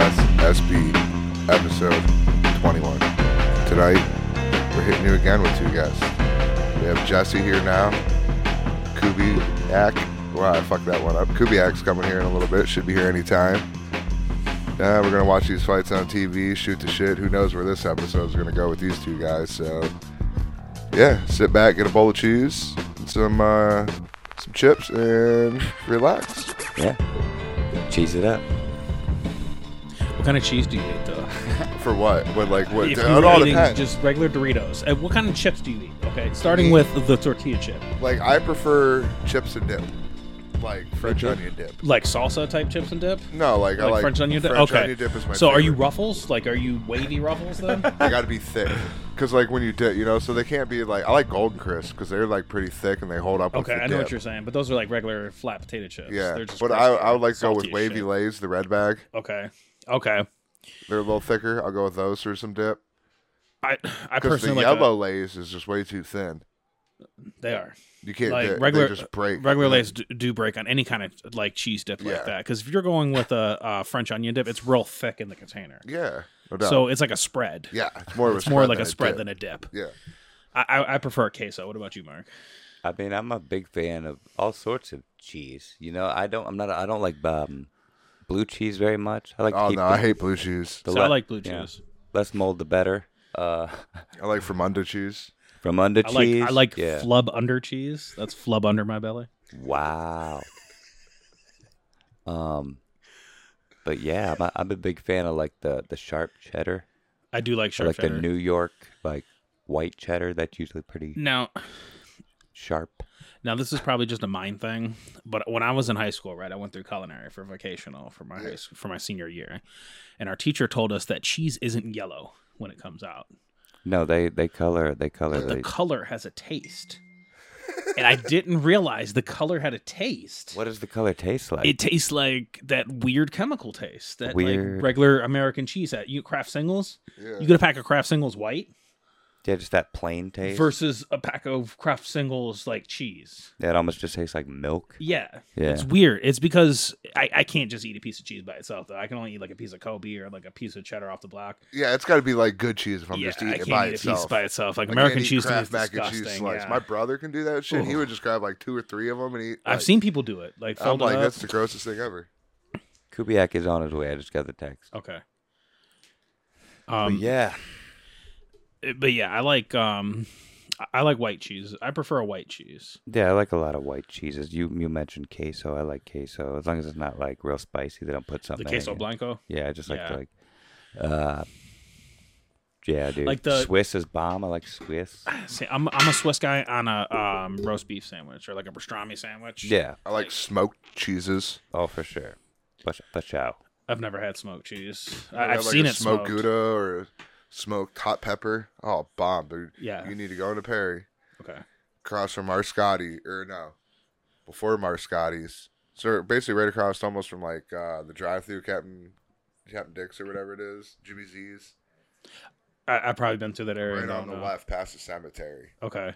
SB episode 21. Tonight, we're hitting you again with two guests. We have Jesse here now, Kubiak. Wow, I fucked that one up. Kubiak's coming here in a little bit, should be here anytime. Uh, we're going to watch these fights on TV, shoot the shit. Who knows where this episode's going to go with these two guys. So, yeah, sit back, get a bowl of cheese, and some, uh, some chips, and relax. Yeah. Cheese it up. What kind of cheese do you eat, though? For what? What like what? If It you all were eating depends. just regular Doritos, and what kind of chips do you eat? Okay, starting with the tortilla chip, Like I prefer chips and dip, like French onion dip. like salsa type chips and dip, No, like, I like like French onion dip. French okay, onion dip is my so are you favorite. ruffles? Like, are you wavy ruffles then? They got to be thick, because like when you dip, you know, so they can't be like I like Golden Crisp because they're like pretty thick and they hold up. with okay, the I know dip. what you're saying, but those are like regular flat potato chips. Yeah, They're just but I, crispy, I would like to go salty with as Wavy shit. Lays, the red bag. Okay, okay. They're a little thicker. I'll go with those for some dip. I I Because the personally like yellow Lays is just way too thin. a- they are You can't Like, dip. regular- they just break. regular lays do, do break on any kind of like cheese dip Yeah. like that because if you're going with a uh, French onion dip, it's real thick in the container, Yeah, no doubt. so it's like a spread. yeah, it's more of a It's more spread like than a spread dip. than a dip. yeah. I, I, I prefer queso. What about you, Mark? I mean, I'm a big fan of all sorts of cheese. You know, I don't. I'm not. I don't like um, blue cheese very much. I like. to Oh keep no, the, I hate blue cheese. the So I le- like blue yeah. cheese. Less mold, the better. Uh, I like Fremunda cheese. from under I like cheese. I like Yeah. flub under cheese. That's flub under my belly. wow. um, but yeah, I'm a, I'm a big fan of like the the sharp cheddar, I do like I sharp like cheddar. the New York like white cheddar. That's usually pretty now, sharp. now this is probably just a mind thing, but when I was in high school, right, I went through culinary for vocational for my high s- for my senior year, and our teacher told us that cheese isn't yellow when it comes out. No, they they color they color The the. color has a taste, and I didn't realize the color had a taste. what does the color taste like? It tastes like that weird chemical taste that Weird. like regular American cheese at you craft singles. Yeah. You get a pack of craft singles white yeah, just that plain taste. versus a pack of craft singles like cheese. Yeah, it almost just tastes like milk. Yeah. Yeah. It's weird. It's because I, I can't just eat a piece of cheese by itself though. I can only eat like a piece of Kobe or like a piece of cheddar off the block. Yeah, it's got to be like good cheese if I'm yeah, just eating I it can't by eat itself. a piece by itself. Like I American can't eat cheese to me is Kraft mac and disgusting. cheese slice. yeah. My brother can do that shit. He Ugh. would just grab like two or three of them and eat. I've like- seen people do it. Like I'm fold like, it up. that's the grossest thing ever. Kubiak is on his way. I just got the text. Okay. But Um, yeah, but yeah, I like um, I- I like white cheese. I prefer a white cheese. yeah, I like a lot of white cheeses. You you mentioned queso. I like queso as long as it's not like real spicy. They don't put The something. in queso it. blanco. Yeah, I just like Yeah. to like. Uh, yeah, dude. Like the- Ah, Swiss is bomb. I like Swiss. See, I'm I'm a Swiss guy on a um, roast beef sandwich or like a pastrami sandwich. Yeah. I like smoked cheeses. Oh, for sure. But for sure. I've never had smoked cheese. I I, I've like seen a it smoked smoked. gouda or a smoked hot pepper. Oh, bomb, dude. Yeah. You need to go into Perry, Okay. across from Marscotti, or no, before Marscotti's. So basically, right across almost from like uh, the drive-through Captain Captain Dick's or whatever it is, Jimmy Z's, I, I've probably been through that area. right and on don't the know. left past the cemetery. Okay.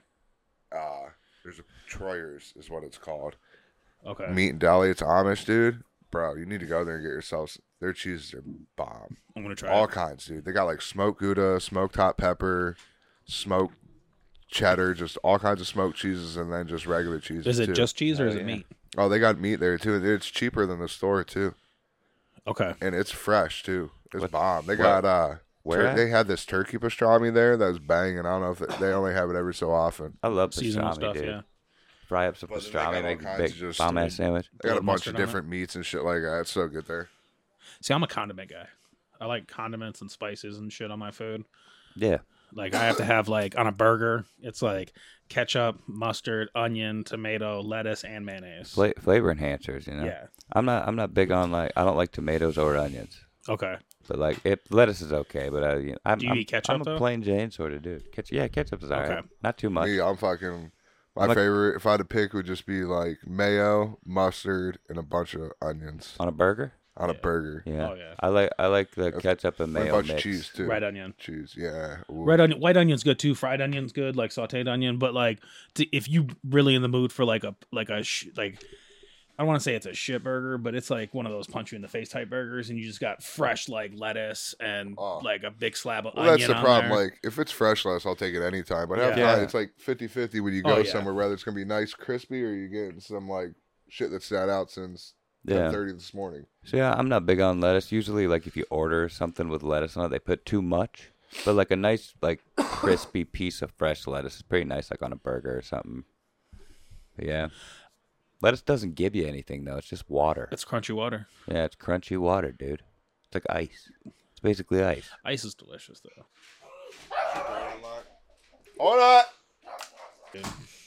Uh, there's a Troyer's is what it's called. Okay. meat and deli. It's Amish, dude. Bro, you need to go there and get yourselves. Their cheeses are bomb. I'm gonna try. All It. kinds, dude. They got like smoked gouda, smoked hot pepper, smoked cheddar, just all kinds of smoked cheeses, and then just regular cheeses. Is too. it just cheese or Oh, is it yeah. meat? Oh, they got meat there too. It's cheaper than the store too, Okay. and it's fresh too. It's What- bomb. They what- got uh. where tur- at? they had this turkey pastrami there that was banging. I don't know if they, they only have it every so often. I love Seasonal pastrami, stuff. dude. Yeah. Fry up some Well, then they got all pastrami, make a kinds of big just, bomb ass uh, sandwich. They got a bunch of Little mustard on it. different meats and shit like that. It's so good there. See, I'm a condiment guy. I like condiments and spices and shit on my food. Yeah. Like I have to have like on a burger, it's like ketchup, mustard, onion, tomato, lettuce, and mayonnaise. Fla- flavor enhancers, you know. Yeah. I'm not. I'm not big on like. I don't like tomatoes or onions. Okay. But like, it, lettuce is okay. But I, you know, I'm, Do you I'm, eat ketchup, I'm a though? plain Jane sort of dude. Ketchup, yeah, ketchup is alright. Okay. Not too much. Me, I'm fucking. My I'm like- favorite, if I had to pick, would just be like mayo, mustard, and a bunch of onions On a burger, on a burger. yeah. Oh, yeah. I like. I like the ketchup and And a mayo bunch mix. of cheese too. Red onion. Cheese, yeah. Ooh. Red onion, white onion's good too. Fried onion's good, like sautéed onion. But like, to, if you really in the mood for like a like a sh- like I don't want to say it's a shit burger, but it's like one of those punch you in the face type burgers, and you just got fresh like lettuce and Oh. like a big slab of Well, onion. that's the on problem. there. Like, if it's fresh lettuce, I'll take it anytime. But half the Yeah. time, it's like 50 50 when you Oh, go yeah. somewhere, whether it's going to be nice, crispy, or you're getting some, like, shit that sat out since Yeah. 10.30 this morning. So yeah, I'm not big on lettuce. Usually, like if you order something with lettuce on it, they put too much. But like a nice, like crispy piece of fresh lettuce is pretty nice, like on a burger or something. But yeah, lettuce doesn't give you anything though. It's just water. it's crunchy water. Yeah, it's crunchy water, dude. It's like ice. It's basically ice. Ice is delicious though. Hold up.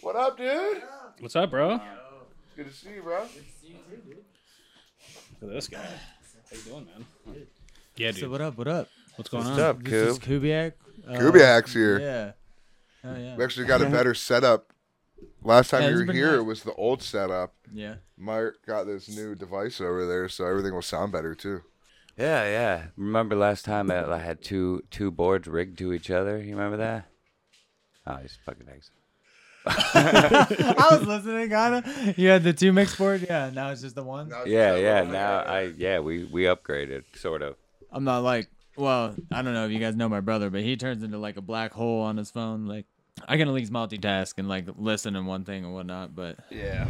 What up, dude? What's up, bro? Look Good to see you, bro. at this guy. How you doing, man? Yeah, dude. So what up? What up? What's going on? up, This is Kubiak. Uh, Kubiak's here. Yeah. Oh yeah. We actually got a better setup. Last time Yeah, you it's were been here, nice. it was the old setup. Yeah. Mark got this new device over there, so everything will sound better, too. Yeah, yeah. Remember last time I, I had two two boards rigged to each other? You remember that? Oh, he's fucking eggs. I was listening, kinda. You had the two mix board. Yeah. Now it's just the one. Yeah, yeah. Now I yeah we we upgraded sort of. I'm not like. Well, I don't know if you guys know my brother, but he turns into like a black hole on his phone. Like, I can at least multitask and like listen and one thing and whatnot. But Yeah.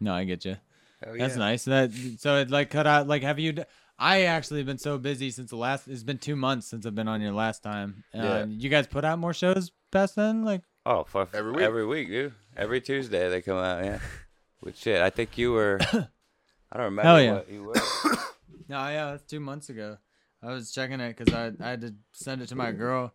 no, I get you. Hell That's yeah. nice. That so it like cut out. Like, have you? d- I actually been so busy since the last. It's been two months since I've been on your last time. Uh, Yeah. You guys put out more shows past then, like. Oh, for, Every week. Every week, dude. Every Tuesday they come out. Yeah. With shit, I think you were. I don't remember Hell yeah. what you were. No, yeah, that's two months ago. I was checking it because I, I had to send it to my girl,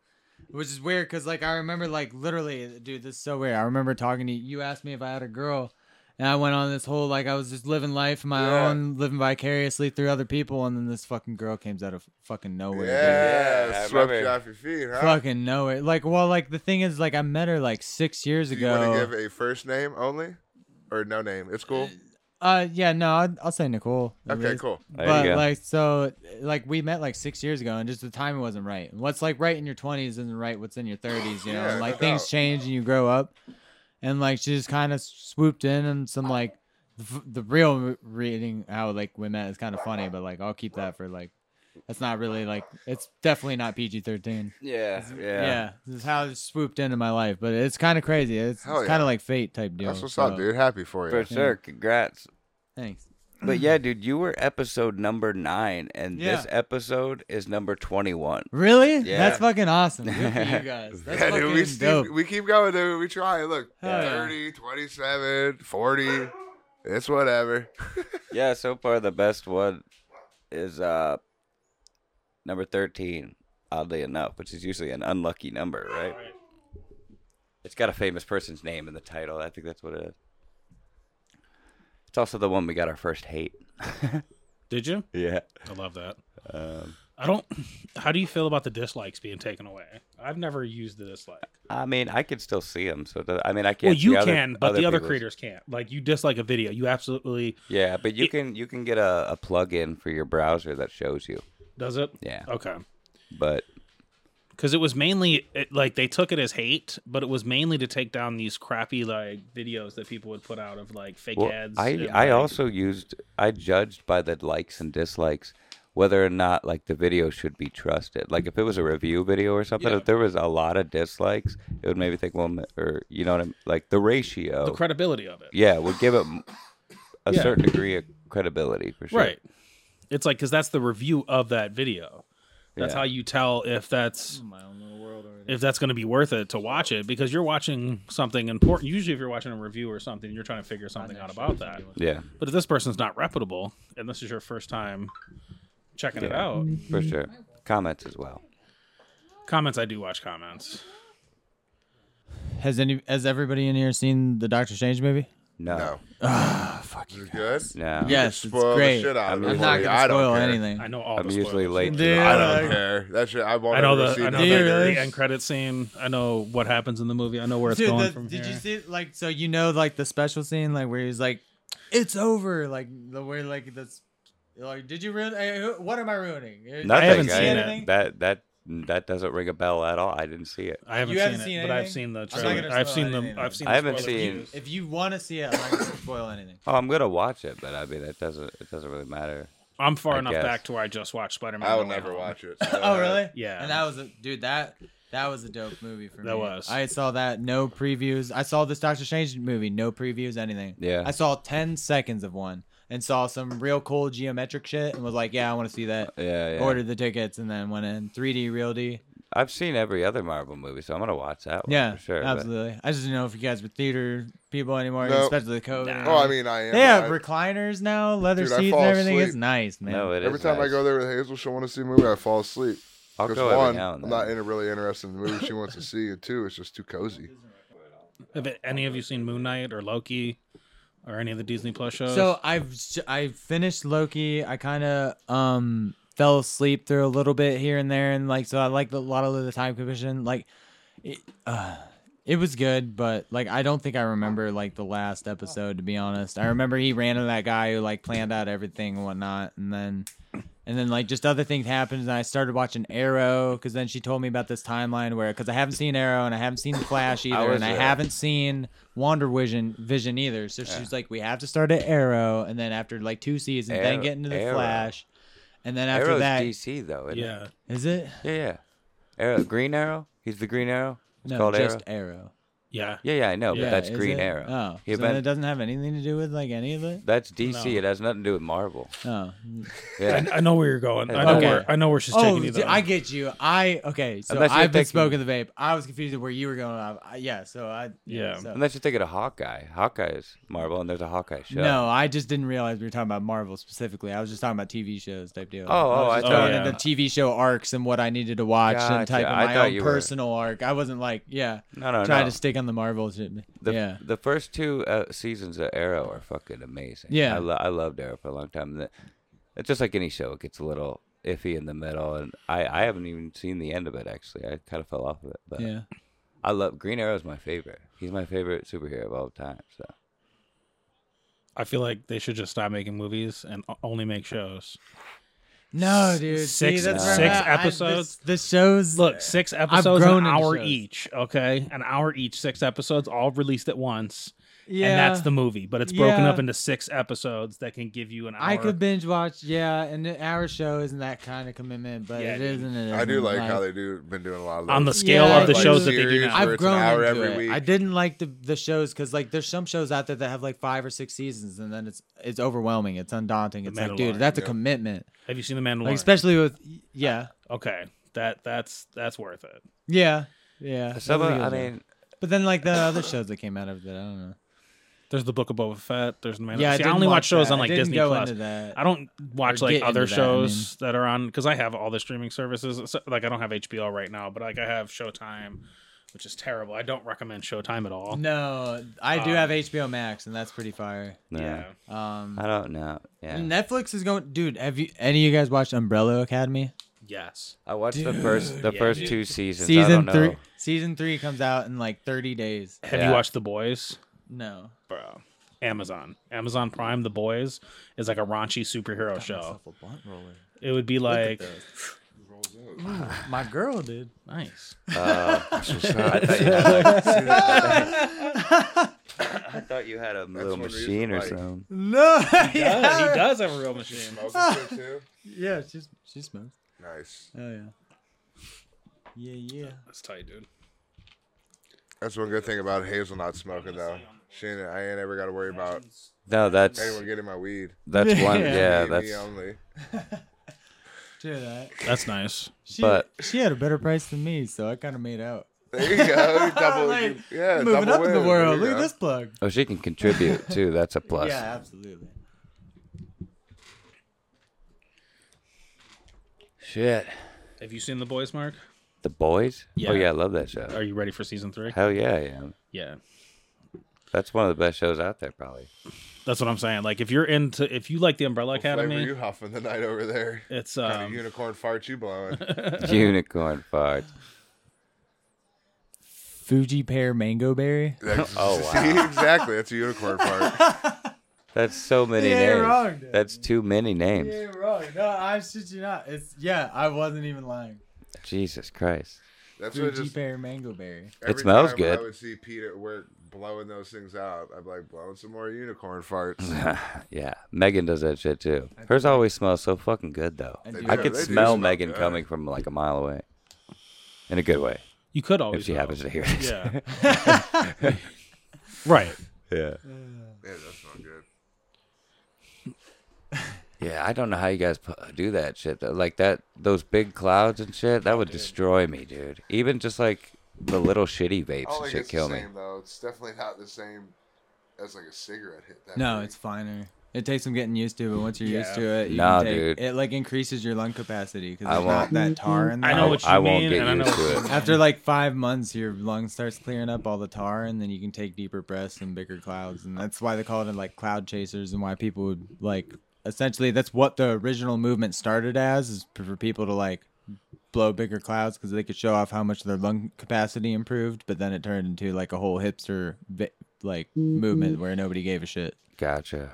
which is weird because like I remember like literally, dude, this is so weird. I remember talking to you. You asked me if I had a girl, and I went on this whole like I was just living life my Yeah. own, living vicariously through other people, and then this fucking girl comes out of fucking Oh, nowhere. dude. Yeah, Yeah, I swept you remember. off your feet, huh? Fucking nowhere. Like, well, like the thing is, like I met her like six years Do you want to give ago. a first name only or no name? It's cool. Uh, yeah, no, I'd, I'll say Nicole. at Okay, least. cool. There you but go. like so like we met like six years ago and just the timing wasn't right And what's like right in your 20s isn't right what's in your 30s you know Yeah, And, like no things doubt. change and you grow up and like she just kind of swooped in and some like the, the real re- reading how like we met is kind of funny but like i'll keep that for like that's not really like it's definitely not pg-13 yeah, yeah, this is how it swooped into my life but it's kind of crazy it's, Hell kind yeah. of like fate type deal That's what's so, up, dude. Happy for For you. sure. Congrats. thanks But yeah, dude, you were episode number nine, and this Yeah. episode is number twenty-one. Really? Yeah. That's fucking awesome. Good for you guys. That's Yeah, fucking dude, we, keep- dope. we keep going, dude. We try. Look, Hell yeah. 30, 27, 40. It's whatever. Yeah, so far the best one is uh number thirteen, oddly enough, which is usually an unlucky number, right? It's got a famous person's name in the title. I think that's what it is. It's also the one we got our first hate. Did you? Yeah. I love that. Um, I don't. How do you feel about the dislikes being taken away? I've never used the dislike. I mean, I can still see them. So the, I mean, I can't. Well, you see other- can, but the other people's- creators can't. Like you dislike a video, you absolutely Yeah, but you It- can you can get a, a plug-in for your browser that shows you. does it. Yeah, Okay, but because it was mainly it, like they took it as hate, but it was mainly to take down these crappy like videos that people would put out of like fake Well, ads. I and, I like- also used I judged by the likes and dislikes whether or not like the video should be trusted. Like if it was a review video or something, Yeah. if there was a lot of dislikes, it would maybe think well, m- or you know what I'm like the ratio. the credibility of it. yeah, would give it m- a Yeah. certain degree of credibility for sure. Right. It's like because that's the review of that video. That's Yeah. how you tell if that's my own little world already. if that's going to be worth it to watch it because you're watching something important. Usually, if you're watching a review or something, you're trying to figure something out about that. Yeah, But if this person's not reputable and this is your first time checking it Yeah. out, for sure. Comments as well. comments I do watch comments. Has any has everybody in here seen the Doctor Strange movie? No. No. No. fuck Is it good? Yes, it's Spoil great. Uh, the shit out of I'm it I'm for not you. gonna I don't spoil care. anything. I know all. I'm the usually spoilers. late. to Dude. the- I Yeah, don't like- care. That shit. I won't I know ever see the I know nothing. Dude, the, really? the end credit scene. I know what happens in the movie. I know where it's going from did here. you see like so you know like the special scene like where he's like, it's over like the way like that's like did you ruin? eh, who- What am I ruining? Eh, Nothing. haven't I- seen it. anything? That that that doesn't ring a bell at all. I didn't see it. I haven't, You haven't seen, seen it, but I've anything? seen the not trailer. gonna I've spoil seen them. anything. I've seen. I the haven't spoiler seen- reviews. If you want to see it, I'm not gonna spoil anything. Oh, I'm gonna watch it, but I mean, it doesn't. It doesn't really matter. I'm far I enough guess. back to where I just watched Spider-Man. I will No Way never Home. watch it. oh really? yeah. And that was a dude that that was a dope movie for me. That was. I saw that no previews. I saw this Doctor Strange movie, no previews, anything. Yeah. I saw ten seconds of one and saw some real cool geometric shit and was like, yeah, I want to see that. Yeah, yeah. Ordered the tickets and then went in 3D, real D. I've seen every other Marvel movie, so I'm gonna watch that one. Yeah, Oh, for sure. but- absolutely. I just didn't know if you guys were theater people anymore, No. especially the COVID. Oh, I mean, I am. they have I- recliners now, leather Dude, I seats fall and everything. asleep. It's nice, man. No, it is every time I nice. go there with Hazel, she'll want to see a movie. I fall asleep. I'll Because go every one, now and I'm then. not in really interested in the movie she wants to see, and two, it's just too cozy. Have it- any of you seen Moon Knight or Loki or any of the Disney Plus shows? So I've s- I finished Loki. I kind of um fell asleep through a little bit here and there, and like so I liked a lot of the time commission. Like, it, uh, it was good, but like I don't think I remember like the last episode to be honest. I remember he ran into that guy who like planned out everything and whatnot, and then. And then like just other things happened, and I started watching Arrow because then she told me about this timeline where because I haven't seen Arrow and I haven't seen The Flash either, was and I there. haven't seen Wonder Vision Vision either. So she's like, we have to start at Arrow, and then after like two seasons, then Arrow- get into The Arrow. Flash, and then after Arrow's that, is DC though. Isn't yeah, it It? Yeah, yeah. Arrow, Green Arrow. He's the Green Arrow. It's no called just Arrow. Arrow? yeah. Yeah, yeah, I know, Yeah, but that's is Green it? Arrow. Oh, He so then been- it doesn't have anything to do with like any of it. that's DC. No. It has nothing to do with Marvel. Oh, Yeah. I know where you're going. I know Okay. where I know where she's oh, taking you. d- Though. I get you. I okay. So Unless you're I've been thinking- spoken to vape. I was confused at where you were going. off. I, yeah. So I Yeah. so- Unless you're thinking of Hawkeye. Hawkeye is Marvel, and there's a Hawkeye show. No, I just didn't realize we were talking about Marvel specifically. I was just talking about TV shows type deal. Oh, oh, I I was just thought- going Oh, yeah. into TV show arcs and what I needed to watch and type Gotcha. of I my thought own you were- personal arc. I wasn't like, yeah, no, no, trying no. to stick on the Marvel shit. The, yeah. the first two uh, seasons of Arrow are fucking amazing. Yeah. I, lo- I loved Arrow for a long time. And it- It's just like any show; it gets a little iffy in the middle, and I, I haven't even seen the end of it. Actually, I kind of fell off of it. But Yeah. I love Green Arrow's my favorite. He's my favorite superhero of all time. So I feel like they should just stop making movies and o- only make shows. No, dude. six- see, that's where I'm six at. I- episodes? this- the shows. Look, six episodes, grown an into hour shows. each. Okay, an hour each, six episodes, all released at once, yeah, and that's the movie. But it's broken Yeah. up into six episodes that can give you an hour. I could binge watch, yeah, and an hour show isn't that kind of commitment, but Yeah, it dude. isn't. It I do isn't, like how they do been doing a lot of those. on the scale Yeah, of the like shows that they do series now. where I've it's an grown hour into every it. week. I didn't like the the shows because like there's some shows out there that have like five or six seasons, and then it's it's overwhelming. It's undaunting. It's like, dude, Mandalorian, that's a yeah. commitment. Have you seen the Mandalorian? Like especially with yeah, okay, that that's that's worth it. yeah, yeah. some Those of, are I good mean, shows. but then like the other shows that came out of that, I don't know. There's the Book of Boba Fett. There's the Mandalorian. Yeah, I See, I, didn't only watch, watch shows that. on I like didn't Disney go Plus. into that. I don't watch Or like get other into that, I shows that are on because I have all the streaming services. So, like I don't have HBO right now, but like I have Showtime, which is terrible. I don't recommend Showtime at all. No, I do Um, have HBO Max, and that's pretty fire. no, Yeah. Um, I don't know. Yeah, Netflix is going, dude. Have you any of you guys watched Umbrella Academy? Yes. I watched the first the Yeah, first dude. two seasons. I season don't know. three. Season three comes out in like 30 days. Have Yeah. you watched The Boys? No. Bro. Amazon. Amazon Prime The Boys is like a raunchy superhero show. It would be like My girl, dude. nice. That's what's up. I thought you had like, I thought you had a little one reason machine or why- something. No. Oh, He yeah. does have a real machine. Smoking too? yeah, she's she smokes. Nice. Oh yeah. Yeah, yeah. That's tight, dude. That's one good thing about Hazel not smoking though. She ain't, I ain't ever got to worry about No, that's anyone getting my weed. that's one. Yeah, Yeah. me, me that's only. True that. That's nice. She, But- she had a better price than me, so I kind of made out. There you go. Double. Like, yeah, Moving double up in the win. world. There Look you at go. this plug. Oh, she can contribute too. That's a plus. Yeah, absolutely. Shit. Have you seen The Boys, Mark? The boys. Yeah. Oh yeah, I love that show. Are you ready for season three? Hell yeah, I am. Yeah. That's one of the best shows out there, probably. That's what I'm saying. Like if you're into if you like the Umbrella What flavor Academy, you huffing the night over there? it's Kind of um unicorn fart you blowing? Unicorn farts. Fuji pear mango berry. That's- Oh, See, exactly. That's a unicorn fart. That's so many Yeah, you're names. wrong, dude. That's too many names. wrong. No, I shit you not. It's yeah, I wasn't even lying. Jesus Christ. That's what I Fruity just. pear, mango berry. Every smells time good. I would see Pete at work blowing those things out. I'd be like blowing some more unicorn farts. yeah, Megan does that shit too. Hers always smells so fucking good though. I do. I Yeah, could they do smell smell Megan good. coming from like a mile away, in a good way. You could always. If she know. happens to hear this, Yeah. right. yeah, yeah, that's not good. yeah. I don't know how you guys pu- do that shit. Though. Like that, those big clouds and shit, that would destroy me, dude. Even just like the little shitty vapes I don't think and shit Oh, it's kill the me. same though. It's definitely not the same as like a cigarette hit. That No, big. it's finer. It takes some getting used to, but once you're used Yeah. to it, you Nah, can take, dude. It like increases your lung capacity because I there's not won't- that tar in there. I know I- what you I mean. won't get and I know used what to you it. mean. After like five months, your lung starts clearing up all the tar, and then you can take deeper breaths and bigger clouds, and that's why they call it like cloud chasers, and why people would like essentially that's what the original movement started as is for people to like blow bigger clouds because they could show off how much their lung capacity improved, but then it turned into like a whole hipster vi- like movement where nobody gave a shit. Gotcha.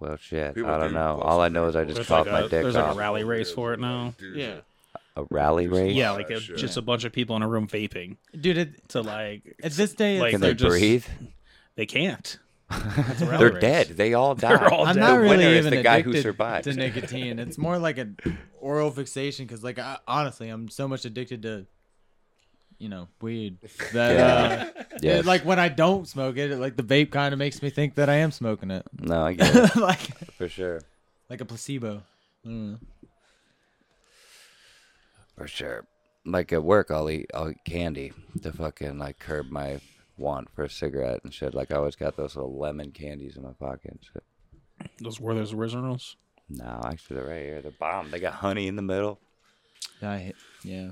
Well, shit. People I don't do know. blow All I some know is I people. just There's popped like my a- dick there's like a off. rally race for it now. Dude, Yeah. a rally race. Yeah, Oh, like it's shit. just a bunch of people in a room vaping. Dude, it, To like, at this day, it's Like, Can like, they they're just- breathe? they can't. They're dead. They all die. They're all I'm dead. not The really winner is even the guy who addicted survived. to nicotine. It's more like an oral fixation because, like, I, honestly, I'm so much addicted to, you know, weed that Yeah. uh, Yes. it's like when I don't smoke it, it, like the vape kind of makes me think that I am smoking it, no, I get it like for sure. like a placebo. I don't know. For sure. Like at work, I'll eat I'll eat candy to fucking like curb my want for a cigarette and shit. Like I always got those little lemon candies in my pocket. And shit. Those were those originals. No, actually, they're right here. They're bomb. They got honey in the middle. I hate- yeah.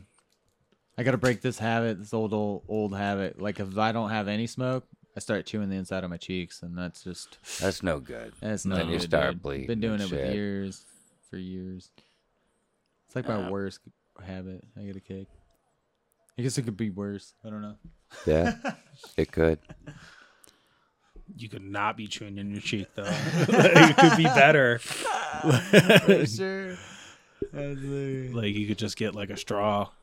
I gotta break this habit, this old old old habit. Like if I don't have any smoke, I start chewing the inside of my cheeks, and that's just That's no good. That's Then not. you good, start dude. bleeding Been doing and it with shit. years, for years. It's like my worst habit. I get a kick. I guess it could be worse. I don't know. Yeah, it could. You could not be chewing in your cheek though. it could be better. sure. Like you could just get like a straw.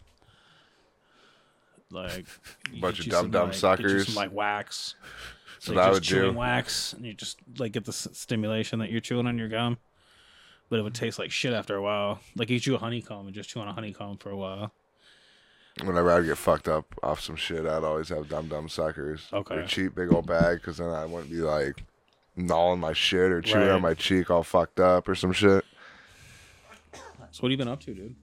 Like you Bunch get of you dumb some, dumb like, get you suckers. some, like wax. That's what like, I just would chewing do. wax, and you just like get the s- stimulation that you're chewing on your gum, but it would taste like shit after a while. Like you chew a honeycomb and just chew on a honeycomb for a while. Whenever I'd get fucked up off some shit, I'd always have dumb dumb suckers. Okay. Or cheap big old bag, because then I wouldn't be like gnawing my shit or chewing Right. on my cheek all fucked up or some shit. So what have you been up to, dude?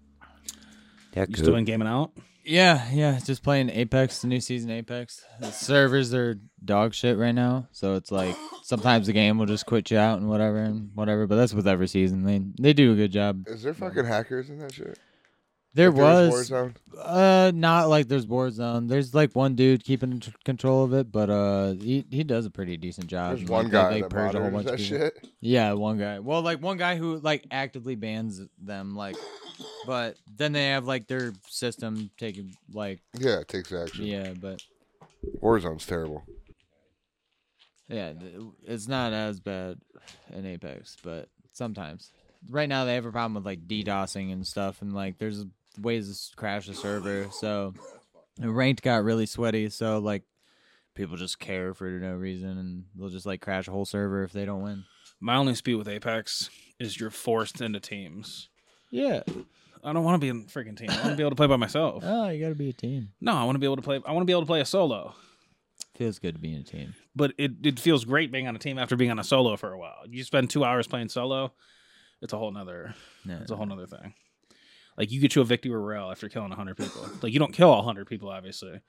Yeah, You could. still in gaming out? Yeah, yeah. Just playing Apex, the new season Apex. The servers are dog shit right now, so it's like sometimes the game will just quit you out and whatever and whatever. But that's with every season. They they do a good job. Is there fucking hackers in that shit? There If there was Warzone? Uh, not like there's board zone. There's like one dude keeping t- control of it, but uh, he he does a pretty decent job. Uh, There's Like, one they- guy they that purge a whole monitors bunch of that people. shit. Yeah, one guy. Well, like one guy who like actively bans them, like, but then they have like their system taking like Yeah, it takes action. yeah, but Warzone's terrible. yeah, th- it's not as bad in Apex, but sometimes. Right now they have a problem with like DDoSing and stuff, and like there's ways to s- crash the server, so and ranked got really sweaty, so like people just care for no reason and they'll just like crash a whole server if they don't win. My only speed with Apex is you're forced into teams. Yeah. I don't want to be in freaking team. I want to be able to play by myself. Oh, you gotta be a team. No, I want to be able to play. I want to be able to play a solo. Feels good to be in a team. But it, it feels great being on a team after being on a solo for a while. You spend two hours playing solo. It's a whole nother. Yeah. It's a whole nother thing. Like you get you a victory royale after killing hundred people. Like you don't kill all hundred people, obviously, but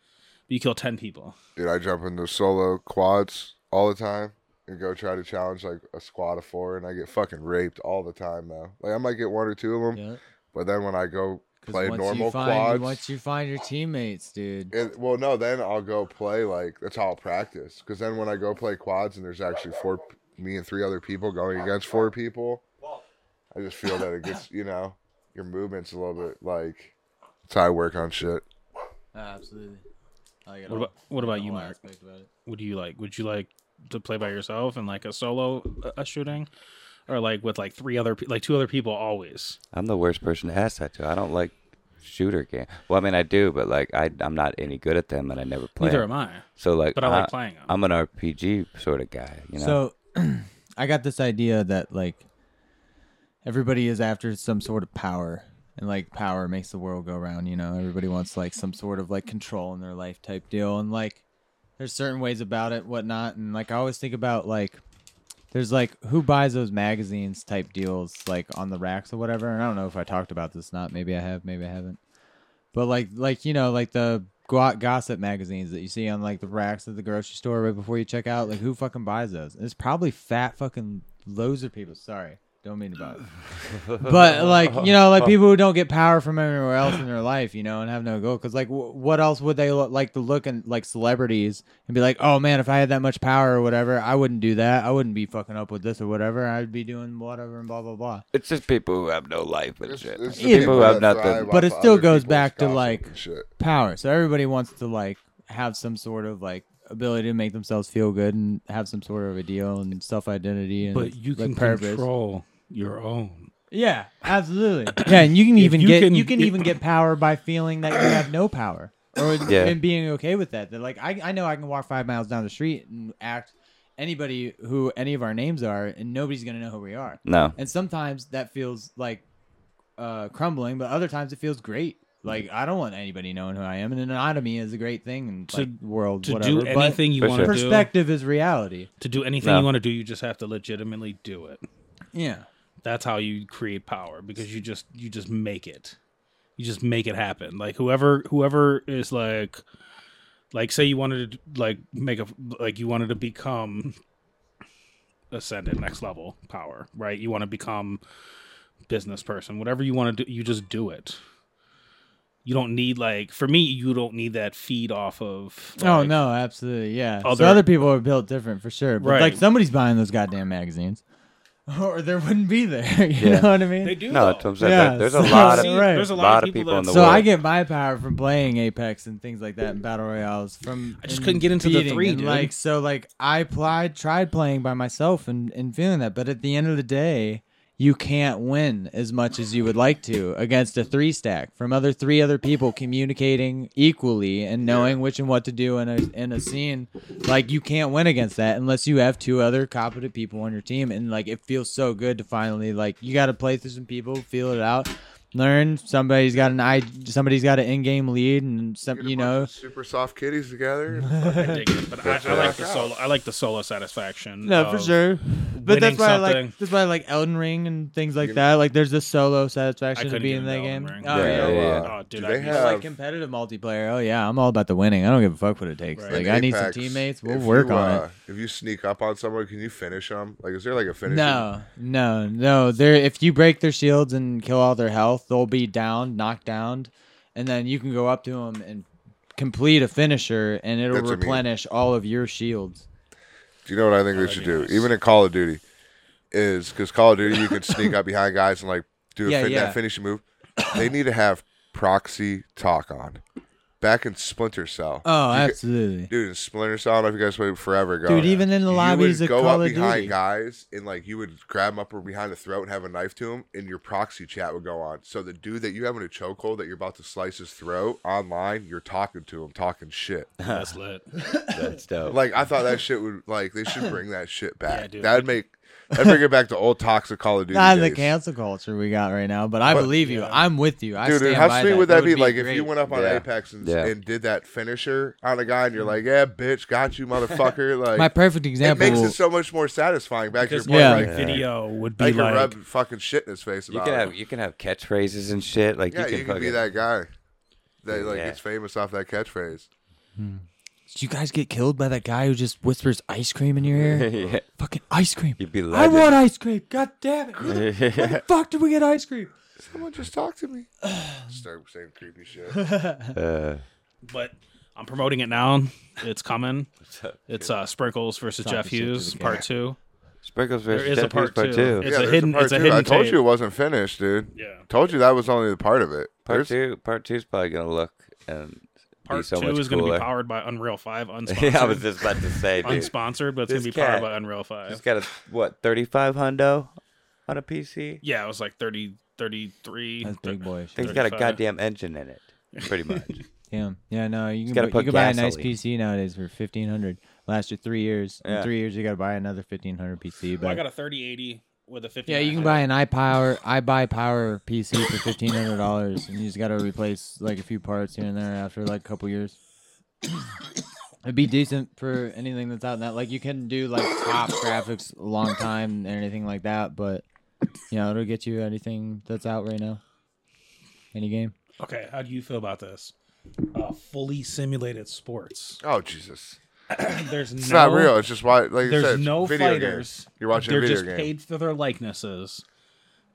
you kill ten people. Dude, I jump into solo quads all the time and go try to challenge like a squad of four, and I get fucking raped all the time though. Like I might get one or two of them, Yeah. but then when I go 'Cause play once normal you find, quads, Once you find your teammates, dude. and, well, no, then I'll go play like that's how I'll practice. Because then when I go play quads and there's actually four, p- me and three other people going against four people, I just feel that it gets you know your movements a little bit like. That's how I work on shit. Absolutely. Oh, What about what about you, Mark? Would you like? Would you like to play by yourself and like a solo a, a shooting, or like with like three other pe- like two other people always? I'm the worst person to ask that to. I don't like shooter game. Well, I mean, I do, but like I, I'm not any good at them, and I never play. Uh, Neither them. am I, So like, but I like I, playing them. am an RPG sort of guy. You know, So I got this idea that like everybody is after some sort of power and like power makes the world go round, you know. Everybody wants like some sort of like control in their life type deal and like there's certain ways about it, whatnot, and like I always think about like there's like who buys those magazines type deals like on the racks or whatever. And I don't know if I talked about this or not. Maybe I have, maybe I haven't. But like like you know, like the gwa- gossip magazines that you see on like the racks at the grocery store right before you check out, like who fucking buys those? And it's probably fat fucking loads of people. Sorry. Don't mean to bother. but like you know, like people who don't get power from anywhere else in their life, you know, and have no goal. Because like, w- what else would they lo- like to look and like celebrities and be like, oh man, if I had that much power or whatever, I wouldn't do that. I wouldn't be fucking up with this or whatever. I'd be doing whatever and blah blah blah. it's just people who have no life and It's- shit. it's the people, who have that thrive nothing. off But it of still other goes people's back to, gossip like- and shit. power. So everybody wants to like have some sort of like ability to make themselves feel good and have some sort of a deal and self identity and But you like, can purpose. control your own. Yeah, absolutely. yeah, and you can If even you get can- you can if- even get power by feeling that you have no power, or Yeah. and being okay with that. That like I I know I can walk five miles down the street and act anybody who any of our names are, and nobody's gonna know who we are. No, And sometimes that feels like uh, crumbling, but other times it feels great. Like I don't want anybody knowing who I am, and anonymity is a great thing in To- like, the world. To do whatever. but anything you For want sure. to do, perspective is reality. to do anything No. you want to do, you just have to legitimately do it. Yeah. That's how you create power because you just you just make it. You just make it happen. Like whoever whoever is like like say you wanted to like make a like you wanted to become ascended next level power, right? You want to become business person. Whatever you want to do, you just do it. You don't need like for me, you don't need that feed off of oh like, no, absolutely, yeah. other- so other people are built different for sure. But Right. like somebody's buying those goddamn magazines, or there wouldldn't be there. You Yeah. know what I mean? They do no, though. that's what I'm saying. Yeah, There- there's so- a lot of See, right. There's a lot, of people, in that- the so world. I get my power from playing Apex and things like that and battle royales. From I just and couldn't get into the beating three, and, dude. Like so, like I applied, tried playing by myself and and feeling that. But at the end of the day. You can't win as much as you would like to against a three stack from other three other people communicating equally and knowing which and what to do in a in a scene. Like you can't win against that unless you have two other competent people on your team. And like it feels so good to finally like you got to play through some people, feel it out, learn. Somebody's got an I. Somebody's got an in-game lead, and some Get a you bunch know. of super soft kitties together. I dig it, but I, I like the Yeah. solo. I like the solo satisfaction. No, for of- sure. But that's winning why I something. like that's why I like Elden Ring and things like that. Like there's this solo I satisfaction to couldn't be get in that into game. Elden Ring. Oh Yeah, yeah. yeah, yeah. Oh, dude, Do they I'd be- have- Like competitive multiplayer. Oh yeah, I'm all about the winning. I don't give a fuck what it takes. Right. Like In I need some Apex, teammates. We'll if work you, on uh, it. If you sneak up on someone, can you finish them? Like, is there like a finish? No, no, no. They're if you break their shields and kill all their health, they'll be down, knocked down, and then you can go up to them and complete a finisher, and it'll That's what I mean. replenish all of your shields. Do you know what I think they should do? Even in Call of Duty, is because Call of Duty you can sneak up behind guys and like do a Yeah, fin- yeah. that finishing move. They need to have proxy talk on. Back in Splinter Cell, Oh, You could- absolutely. dude, in Splinter Cell, I don't know if you guys played forever ago. Dude, even in the you lobbies would of go Call up of behind Duty. guys and like you would grab them up or behind the throat and have a knife to him, and your proxy chat would go on. So the dude that you have in a chokehold that you're about to slice his throat online, you're talking to him, talking shit. That's lit. that's dope. Like I thought that shit would like they should bring that shit Yeah, back. dude. That'd make that'd bring it back to old toxic Call of Duty. Not the days. cancel culture we got right now, but I But- believe you. I'm with you. I Dude, stand dude, how by sweet would that, be? Like if great. you went up on Yeah. Apex and, Yeah. and did that finisher on a guy, and you're like, "Yeah, bitch, got you, motherfucker!" Like Mm. My perfect it example. makes it so much more satisfying. Back to your Because point, Yeah. yeah. like, Yeah. video would I be can like, rub fucking shit in his face you about. can it. have you can have catchphrases and shit. Like yeah, you can, be fucking- that guy that like Yeah. gets famous off that catchphrase. Did you guys get killed by that guy who just whispers ice cream in your ear? yeah, Fucking ice cream. you'd be I legend. want ice cream. God damn it. Where the fuck did we get ice cream? Someone just talked to me. Start saying creepy shit. Uh, but I'm promoting it now. It's coming. what's up? It's uh, Sprinkles versus Jeff shit to Hughes, the part two. Sprinkles There versus is a Jeff Hughes part two. It's yeah, a there's hidden- part it's a two. I hidden told tape. you it wasn't finished, dude. Yeah. Told you that was only the part of it. There's- Part two, part two's probably gonna look and be Part so two much is going to cooler. be powered by Unreal Five, unsponsored. yeah, I was just about to say, dude. unsponsored, but it's This going to be powered cat by Unreal Five. Just got a what thirty five hundo on a PC. yeah, it was like thirty 33. That's big boy. Thing's Shit. got a 35. goddamn engine in it, pretty much. Damn. Yeah, no, you can, gotta bu- put you can buy a nice gasoline. PC nowadays for fifteen hundred. Last you three years. Yeah. In three years, you gotta buy another fifteen hundred PC. Well, I But got a 3080 with a 50. yeah, you can buy an iPower, iBuy Power PC for fifteen hundred dollars, and you just gotta replace like a few parts here and there after like a couple years. It'd be decent for anything that's out in that. Like you can do like top graphics a long time and anything like that, but you know it'll get you anything that's out right now. Any game. Okay, how do you feel about this? Uh, fully simulated sports. Oh Jesus! There's no, It's not real. It's just why. Like you There's said, it's no video fighters. Games. You're watching They're a video just game. paid for their likenesses,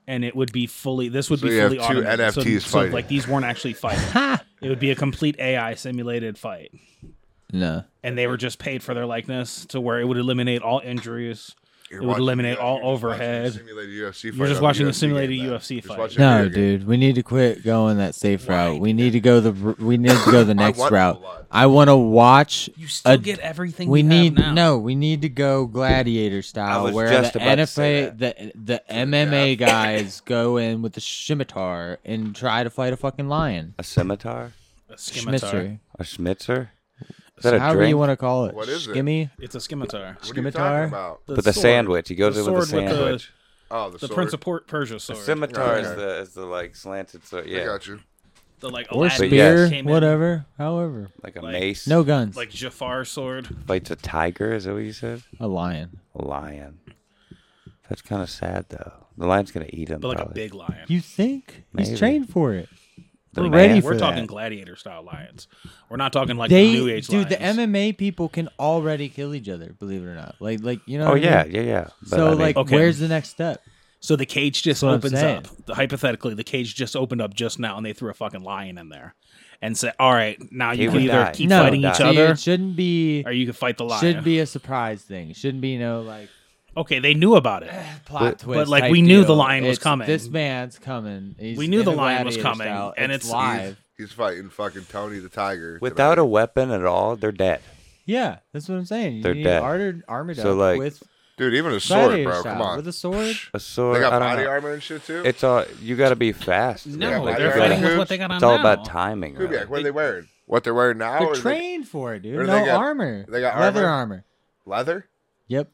and it would be fully. This would So be you have fully two automated. So- NFTs so, fighting. like these weren't actually fighting. it would be a complete AI simulated fight, No. and they were just paid for their likeness to where it would eliminate all injuries. You're it would watching- eliminate yeah, all you're just watching a overhead. Simulated UFC You're fight just on watching UFC a game simulated now. UFC Just fight. watching a No, video game. dude, we need to quit going that safe route. We need to go the we need to go the next want route. a lot. I want to watch. You still a- get everything. we you need have now. no. We need to go gladiator I style, was where just the about to say NFA the the MMA guys go in with the scimitar and try to fight a fucking lion. A scimitar? A scimitar. Schmitzer, A schmitzer? Is that so a however drink? you want to call it. What is it? Skimmy? It's a scimitar. What are you Scimitar? talking about? But the sword. sandwich. He goes The in with a sword with the- sandwich. Oh, the, The sword. Prince of Port Persia The sword. scimitar is Okay. the is the like slanted sword. I Yeah, got you. the like or Aladdin spear, yes. came in, whatever. However, like a Like- mace. no guns. like Jafar sword. fights a tiger. Is that what you said? a lion. A lion. That's kind of sad though. The lion's gonna eat him. But like probably. a big lion. You think Maybe. he's trained for it? The we're man- ready for We're talking that. gladiator style lions. We're not talking like they, the new age dude, lions. the MMA people can already kill each other. Believe it or not, like, like you know. Oh what I yeah, mean? yeah, yeah. But So I mean, like, Okay. where's the next step? so the cage just what I'm opens saying. up. The- hypothetically, the cage just opened up just now, and they threw a fucking lion in there, and said, "All right, now He you can would either die. keep No, fighting die. each See, other, It shouldn't be. or you can fight the lion." Should be a surprise thing. Shouldn't be no like okay, they knew about it. plot But- twist. but, like, type we knew the deal. lion was It's, coming. This man's coming. He's We knew in the a lion was gladiator coming, style. and it's, it's- He's, live. he's fighting fucking Tony the Tiger. without tonight. a weapon at all, they're dead. Yeah, that's what I'm saying. You They're need dead. armored, armored So, up like, with dude, even a sword, gladiator bro. style Come on. with a sword. A sword. They got I don't body know. armor and shit too. It's all you got to be fast. No, Yeah, Like, they're you gladiator fighting style. with what they got on It's all now. about timing. Kubiak, Really. what are they wearing? What they're wearing now? They're or is it trained for it, or dude. they No got- armor. they got leather armor? armor. leather? Yep.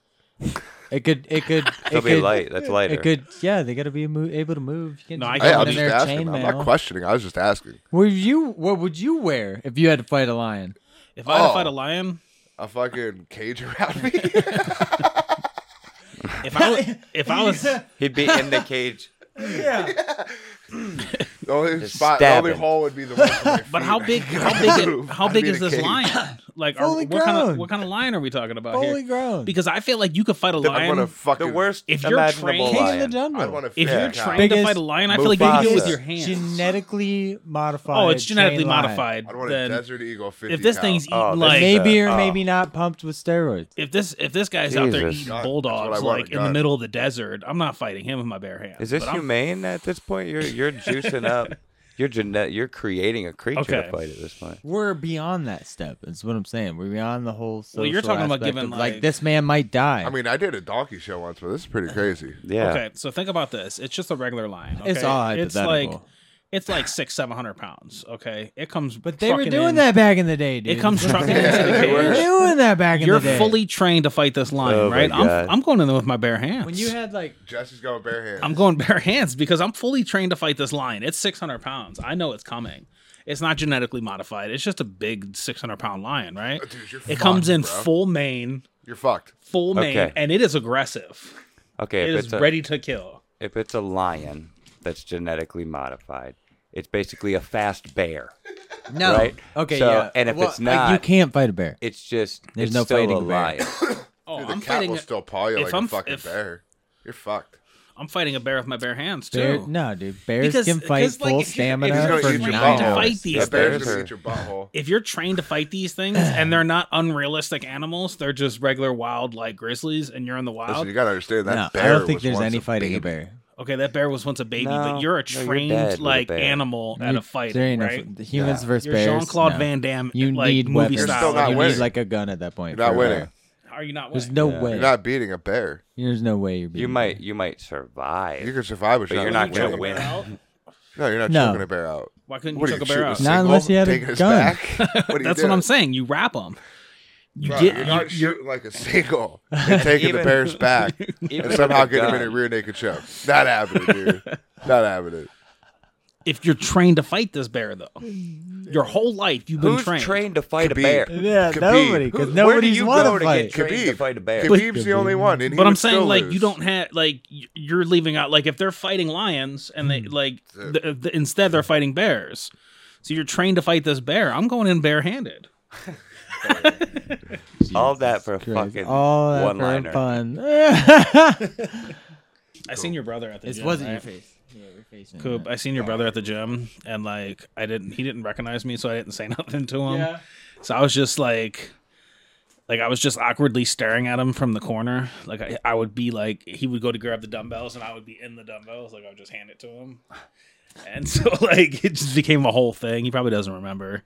It could. It could. It'll it be could, light. That's lighter. It could. Yeah, they got to be mo- able to move. You can't No, just I put Hey, can't. them I'm in just their asking. I'm not chainmail. questioning. I was just asking. Would you? What would you wear if you had to fight a lion? If I had to Oh. fight a lion, A fucking cage around me. if I was, if I was, He'd be in the cage. the only Just spot, the stab only him. hole would be the one. for my but feet. how big? How big? How I'd big be in is a this cage. lion? Like, are, Fully what kind of grown. what kind of lion are we talking about Fully here? grown. Because I feel like you could fight a I'm lion. gonna fucking. The worst If you're imaginable trained- King lion. of the jungle. I'd want to. If Yeah, you're God. trained to Biggest- fight a lion, I feel like you can do it with Mufasa. your hands. genetically modified. oh, it's genetically chain lion. modified. I'd want a Then desert eagle. 50 if this cow. thing's eating Oh, this like is Maybe Uh, or oh. maybe not pumped with steroids. if this if this guy's out there Jesus. eating God, that's what I want, bulldogs like a in the gun. middle of the desert, I'm not fighting him with my bare hands. Is this but I'm- humane at this point? You're you're juicing up. You're genet- You're creating a creature Okay. to fight at this point. We're beyond that step. That's what I'm saying. We're beyond the whole. Well, you're social talking about aspect giving, of, like- this man might die. I mean, I did a donkey show once, but this is pretty crazy. Yeah. Okay, so think about this. It's just a regular lion. Okay? It's all It's like hypothetical. it's like six seven hundred pounds. Okay, it comes. but they were trucking doing in. that back in the day, dude. It comes trucking into Yeah, the they They were cage. doing that back in You're the day. fully trained to fight this lion, Oh my right? God. I'm I'm going in there with my bare hands. When you had like Jesse's going bare hands. I'm going bare hands because I'm fully trained to fight this lion. It's 600 pounds. I know it's coming. It's not genetically modified. It's just a big 600 pound lion, right? Oh, Dude, you're it comes fucked, in bro. full mane, You're fucked. full mane, Okay. and it is aggressive. Okay. it If it's is a, ready to kill. if it's a lion that's genetically modified, it's basically a fast bear. no. Right? Okay, So, yeah. and if Well, it's like, you not- can't fight a bear. It's just There's it's no still fighting a the bear. lion. Oh, Dude, the I'm cat fighting. will still paw you if like I'm a f- fucking if- bear. You're fucked. I'm fighting a bear with my bare hands too. Bear, no, dude. Bears Because- can fight because, like, if you're- full if He's stamina gonna for eat your nine butthole. hours. Fight these That bear's things. gonna eat your butthole. If you're trained to fight these things and they're not unrealistic animals, they're just regular wild like grizzlies, and you're in the Listen, you wild. gotta understand that No, bear. I don't think was there's once any a fighting baby. a bear. Okay, that bear was once a baby, No, but you're a no, you're trained dead with a like bear. animal at a fight, There ain't no- right? the humans Yeah. versus You're bears. Jean Claude no. Van Damme. You like, need movie weapons. You're style. still not you winning. need like a gun at that point. You're not for a winning. bear. I How are you not There's winning? no Yeah. way. You're not beating a bear. There's no way you're. You Mm. beating might me. you might survive. You can survive, but, But you're Why not couldn't gonna you choke a win. bear out? No, you're not No. choking a bear out. Why couldn't you What are you choke a shooting? bear out? a Not unless you single? had a Taking his gun. back? What are you That's what I'm doing? saying. You wrap them. You Bro, get you're you- not you're- shooting like a seagull and taking even- the bear's back Even and with somehow a getting him in a gun. rear naked choke. Not happening, dude. Not happening. if you're trained to fight this bear though. Your whole life you've been Who's trained. trained. to Khabib. fight a bear? Yeah, Khabib. nobody, Who- because where Where do nobody's you want go to to fight. get trained Khabib. to fight a bear? Khabib's the only one, and he but I'm would saying still like lose. you don't have like y- you're leaving out like if they're fighting lions and Hmm. they like the, the, instead they're fighting bears. So you're trained to fight this bear. I'm going in barehanded. All that for a Crazy. fucking All that one for liner. fun. I seen your brother at the this gym. wasn't your right? face. Yeah, your face. ain't Coop, right. I seen Oh. your brother at the gym, and like I didn't, he didn't recognize me, so I didn't say nothing to him. Yeah. So I was just like, like I was just awkwardly staring at him from the corner. Like I, I would be like, he would go to grab the dumbbells, and I would be in the dumbbells. Like I would just hand it to him. And so like it just became a whole thing. He probably doesn't remember,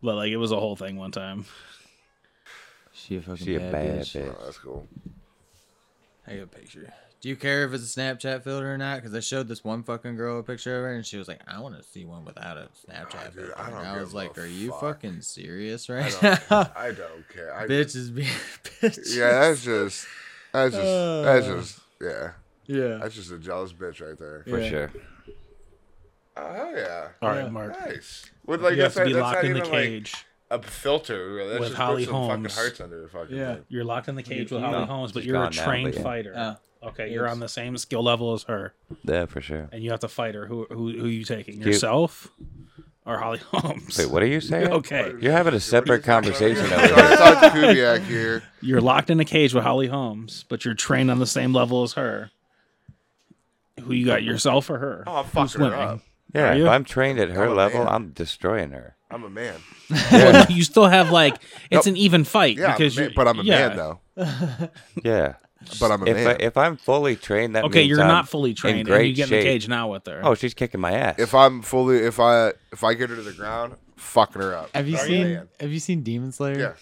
but like it was a whole thing one time. She a fucking She a bad, bad bitch. bitch. Oh, that's cool. I got a picture. Do you care if it's a Snapchat filter or not? Because I showed this one fucking girl a picture of her, and she was like, "I want to see one without a Snapchat dude, filter." I and don't I give was a like, "Are you fuck. fucking serious right I now?" I don't care. I, bitch is being bitch. Yeah, that's just. That's just. that's Uh. just. Yeah. yeah. That's just a jealous bitch right there. For Yeah. sure. Oh hell yeah. All right, Yeah. Mark, Nice. Well, like, you have that's not, to be that's locked not in the even cage. like a filter. Really. That's With just Holly put some fucking Holmes. hearts under the fucking Yeah. thing. You're locked in the cage with No, Holly Holmes, but she's you're a gone now, trained but yeah. fighter. Oh. okay, you're yes. on the same skill level as her, Yeah, for sure. and you have to fight her. Who who, who are you taking? Yourself or Holly Holmes? Wait, what are you saying? Okay, You're having a separate conversation over Sorry, here. Todd Kubiak here. you're locked in a cage with Holly Holmes, but you're trained on the same level as her. Who you got? Yourself or her? Oh, I'm Who's fucking her winning? up. Yeah, you? if I'm trained at her I'm a level, man. I'm destroying her. I'm a man. Well, no, you still have like it's Nope. an even fight Yeah, I'm a because man, you're, but I'm a yeah. man though. Yeah. But I'm a If, I, man. if I'm fully trained, that Okay, means you're I'm not fully trained, In and great you get shape. in the cage now with her. Oh, she's kicking my ass. if I'm fully, if I, if I get her to the ground, fucking her up. Have you I'm a seen man. Have you seen Demon Slayer? Yeah.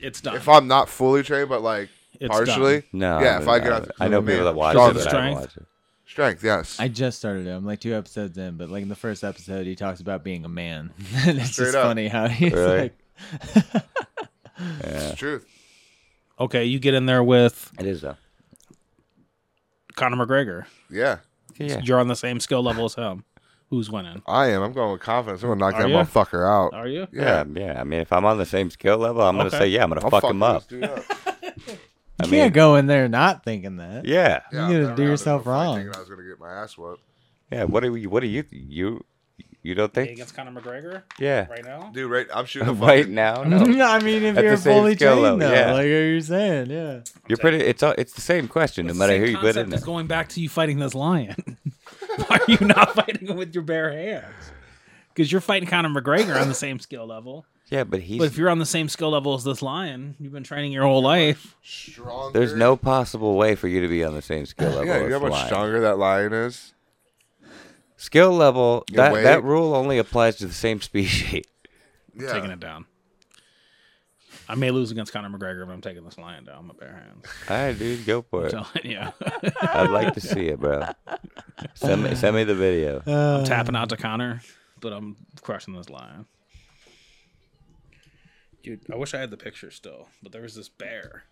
it's done. If I'm not fully trained, but like It's partially, no. yeah. If I get no, out, the- I know I'm a people that man. watch Strong it, but I don't Strength. watch it. strength, yes. I just started it. I'm like two episodes in, but like in the first episode, he talks about being a man, and it's Straight just up. funny how he's Really? like, It's the truth. okay, you get in there with It is though. Conor McGregor. Yeah, Yeah. You're on the same skill level as him. Who's winning? I am. I'm going with confidence. I'm gonna knock Are that ya? motherfucker out. Are you? Yeah, yeah. I mean, if I'm on the same skill level, I'm gonna Okay. say, yeah, I'm gonna I'll fuck him up. this dude up. I you mean, can't go in there not thinking that. yeah, Yeah, You're gonna I'm do not gonna yourself go fight wrong. thinking I was gonna get my ass whooped. yeah. What do you? What do you? You? You don't Me think? against Conor McGregor Yeah. right now? Dude, right? I'm shooting a Right fucking- now, No, no. I mean, if At the you're same fully skill trained, level, though, yeah. like you're saying, yeah. You're pretty. It's all. It's the same question, no matter who you put in It's it. going back to you fighting this lion. Why are you not fighting him with your bare hands? Because you're fighting Conor McGregor on the same skill level. Yeah, but he's. But if you're on the same skill level as this lion, you've been training your whole life. Stronger. there's no possible way for you to be on the same skill level. Yeah, you know as how much Lion. stronger that lion is. Skill level. Your That that weight. rule only applies to the same species. Yeah. Taking it down. I may lose against Conor McGregor, but I'm taking this lion down with bare hands. All right, dude, go for it. I'm telling you. I'd like to see it, bro. Send me, send me the video. I'm tapping out to Connor, but I'm crushing this lion. Dude, I wish I had the picture still, but there was this bear.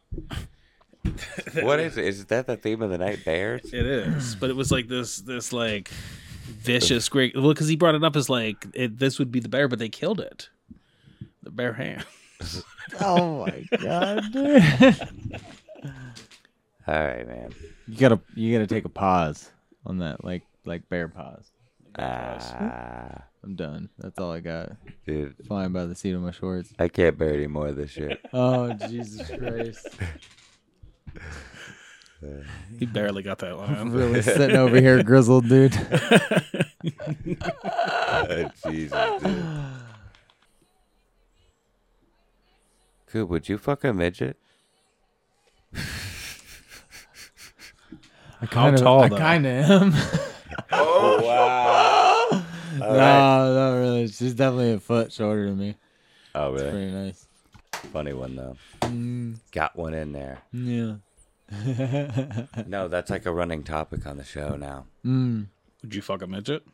What is it? Is that the theme of the night? Bears. It is, but it was like this, this like vicious great. Well, because he brought it up as like it, this would be the bear, but they killed it. The bear hand. Oh my god, dude! All right, man. you gotta you gotta take a pause on that, like like bear pause. Ah, I'm done. That's all I got. dude, Flying by the seat of my shorts. I can't bear any more of this shit. Oh Jesus Christ! He barely got that line. Really sitting over here grizzled, dude. Oh, Jesus, dude. Coop, would you fuck a midget? I How kinda- tall, I though? kind of am. Wow. no, not really. She's definitely a foot shorter than me. Oh, It's really? pretty nice. Funny one though. Got one in there. Yeah. No, that's like a running topic on the show now. Would you fuck a midget?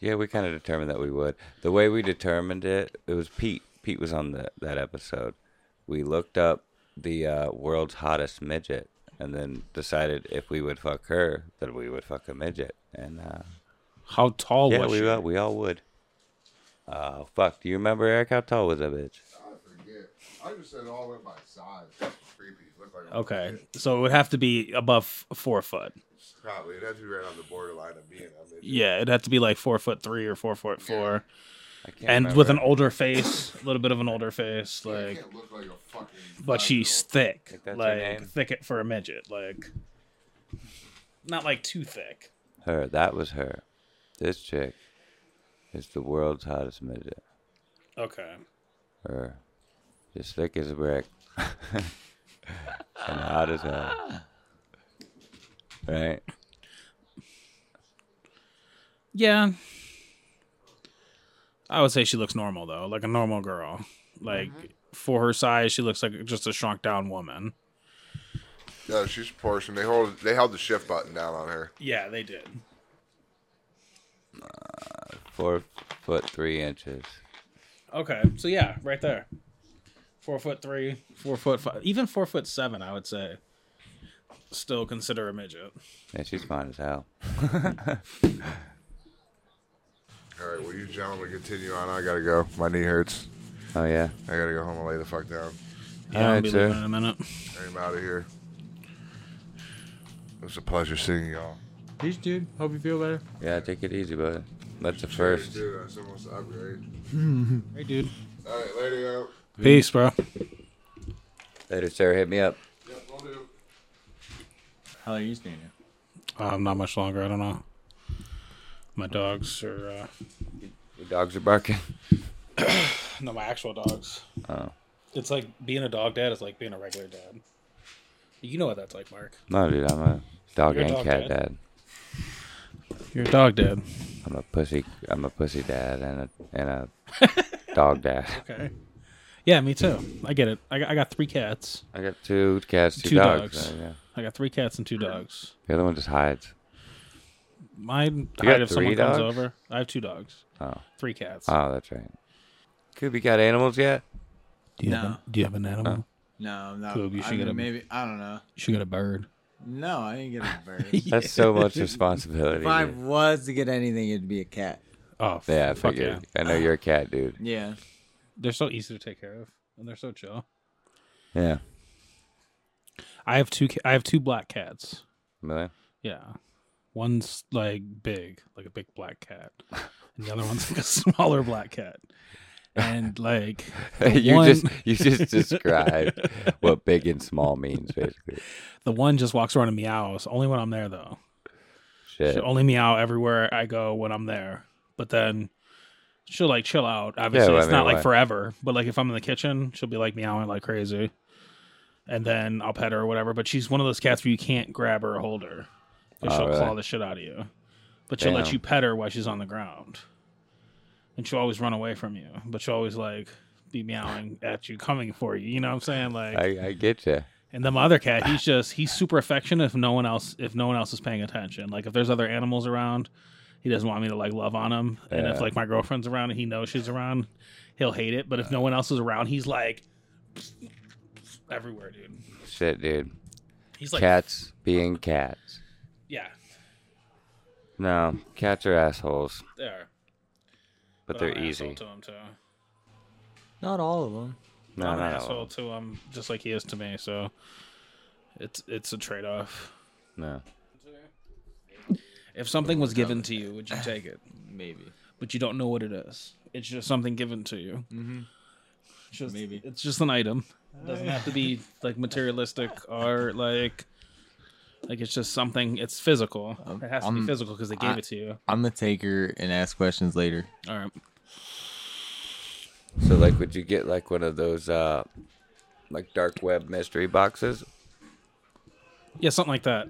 Yeah, we kind of determined that we would. The way we determined it, it was Pete. Pete was on the, that episode. We looked up the uh, world's hottest midget and then decided if we would fuck her, that we would fuck a midget. And uh, How tall yeah, was we, she? all- we all would. Oh, fuck. Do you remember, Eric? How tall was that bitch? I forget. I just said all up by size. creepy. Look like Okay, so it would have to be above f- four foot. Probably. It'd have to be right on the borderline of being a midget. Yeah, it'd have to be like four foot three or four foot four, I can't and remember. with an older face, a little bit of an older face, You like. can't look like a fucking. But she's five-year-old. thick, Like, that's her name? like thick for a midget, like not like too thick. Her, that was her. This chick is the world's hottest midget. Okay. Her, just thick as a brick, and hot as hell. Right? Yeah. I would say she looks normal though, like a normal girl. Like for her size, she looks like just a shrunk down woman. No, she's proportioned. They hold. They held the shift button down on her. Yeah, they did. Four foot three inches. Okay, so yeah, right there. Four foot three, four foot five, even four foot seven, I would say. Still consider a midget. Yeah, she's fine as hell. All right. Well, you gentlemen continue on. I gotta go. My knee hurts. Oh yeah. I gotta go home and lay the fuck down. Yeah, I'll Alright, be sir. leaving in a minute. I'm out of here. It was a pleasure seeing y'all. Peace, dude. Hope you feel better. Yeah, take it easy, brother. That's the first. Dude, that's almost an upgrade. Hey, dude. All right, later, yo. Peace, bro. Later, sir. Hit me up. Yep, will do. How are you staying here? Um, not much longer. I don't know. My dogs are uh, Your dogs are barking. no, my actual dogs. Oh, It's like being a dog dad is like being a regular dad. You know what that's like, Mark. no, dude. I'm a dog You're a and dog cat dad. dad. You're a dog dad. I'm a pussy. I'm a pussy dad and a and a dog dad. Okay. Yeah, me too. I get it. I got, I got three cats. I got two cats, two, Two dogs. dogs. uh, yeah. I got three cats and two dogs. The other one just hides. Mine You got hide if someone three comes dogs? over. I have two dogs. Oh, Three cats. oh, that's right. Coop, you got animals yet? Do you, have, No. an, do you have an animal? Huh? No, I'm not. Cool, you I should get mean, a- maybe I don't know. You should get a bird. No, I didn't get a bird. That's so much responsibility. if I dude. was to get anything, it'd be a cat. Oh, f- yeah, I fuck figured. yeah. I know you're a cat, dude. Yeah. They're so easy to take care of, and they're so chill. Yeah, I have two. Ca- I have two black cats. really? Yeah, one's like big, like a big black cat, and the other one's like a smaller black cat. And like, the you one- just you just described what big and small means, basically. The one just walks around and meows. Only when I'm there, though. Shit. She'll only meow everywhere I go when I'm there. But then she'll like chill out. Obviously, well, I it's not mean, why? like forever. But like if I'm in the kitchen, she'll be like meowing like crazy, and then I'll pet her or whatever. But she's one of those cats where you can't grab her or hold her, Oh, 'cause she'll really? claw the shit out of you. But she'll let Damn. you pet her while she's on the ground, and she'll always run away from you. But she'll always like be meowing at you, coming for you. You know what I'm saying? Like I, I get you. and then my other cat, he's just he's super affectionate if no one else if no one else is paying attention. Like if there's other animals around, he doesn't want me to like love on him. And Yeah. if like my girlfriend's around and he knows she's around, he'll hate it. But if no one else is around, he's like everywhere, dude. Shit, dude. He's like cats being cats. yeah, No, cats are assholes, they are. but, I'm they're an easy. Oh, asshole to him too. Not all of them. No, I'm an not all of asshole them. to him, just like he is to me. So it's it's a trade off. No. If something was given to you, would you take it? Maybe. but you don't know what it is. It's just something given to you. Mm-hmm. Just, Maybe. it's just an item. It doesn't have to be like materialistic or like like it's just something. It's physical. it has to be um, physical because they gave I- it to you. I'm gonna take her and ask questions later. All right. So, like, would you get like one of those, uh, like dark web mystery boxes? Yeah, something like that.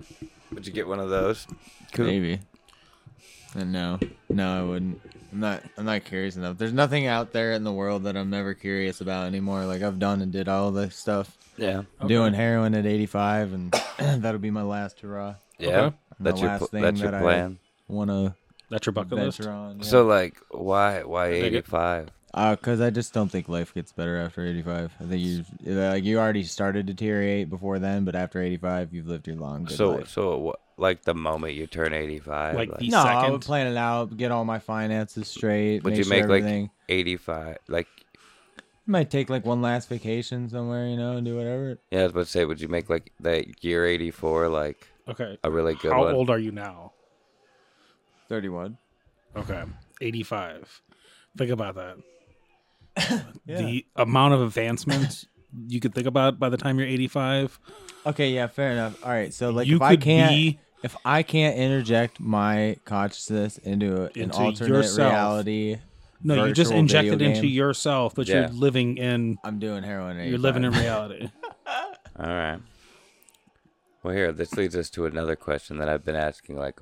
Would you get one of those? Cool. Maybe. Uh, no, no, I wouldn't. I'm not. I'm not curious enough. There's nothing out there in the world that I'm never curious about anymore. Like I've done and did all this stuff. Yeah. Doing heroin at 85, and that'll be my last hurrah. Yeah. Okay. That's The your last pl- thing that's your that I plan. Want to That's your bucket list. venture on? Yeah. So like why why dig it. 85? Uh, cause I just don't think life gets better after 85. I think you like you already started to deteriorate before then, but after 85, you've lived your long good So life. so what like the moment you turn 85 Like the- like No, I second- would plan it out, get all my finances straight. would make you sure make everything. like 85 like Might take like one last vacation somewhere, you know, and do whatever. yeah, I was about to say would you make like that year 84 like Okay. a really good How one? old are you now? 31. Okay. 85. Think about that. Yeah. The amount of advancements you could think about by the time you're 85. Okay, yeah, fair enough. All right, so like you if could I can't be if I can't interject my consciousness into, an Into alternate yourself. reality, No, you just virtual inject it video into game. yourself, but Yeah. you're living in I'm doing heroin. at you're living in 85. reality. All right. Well, here this leads us to another question that I've been asking. Like,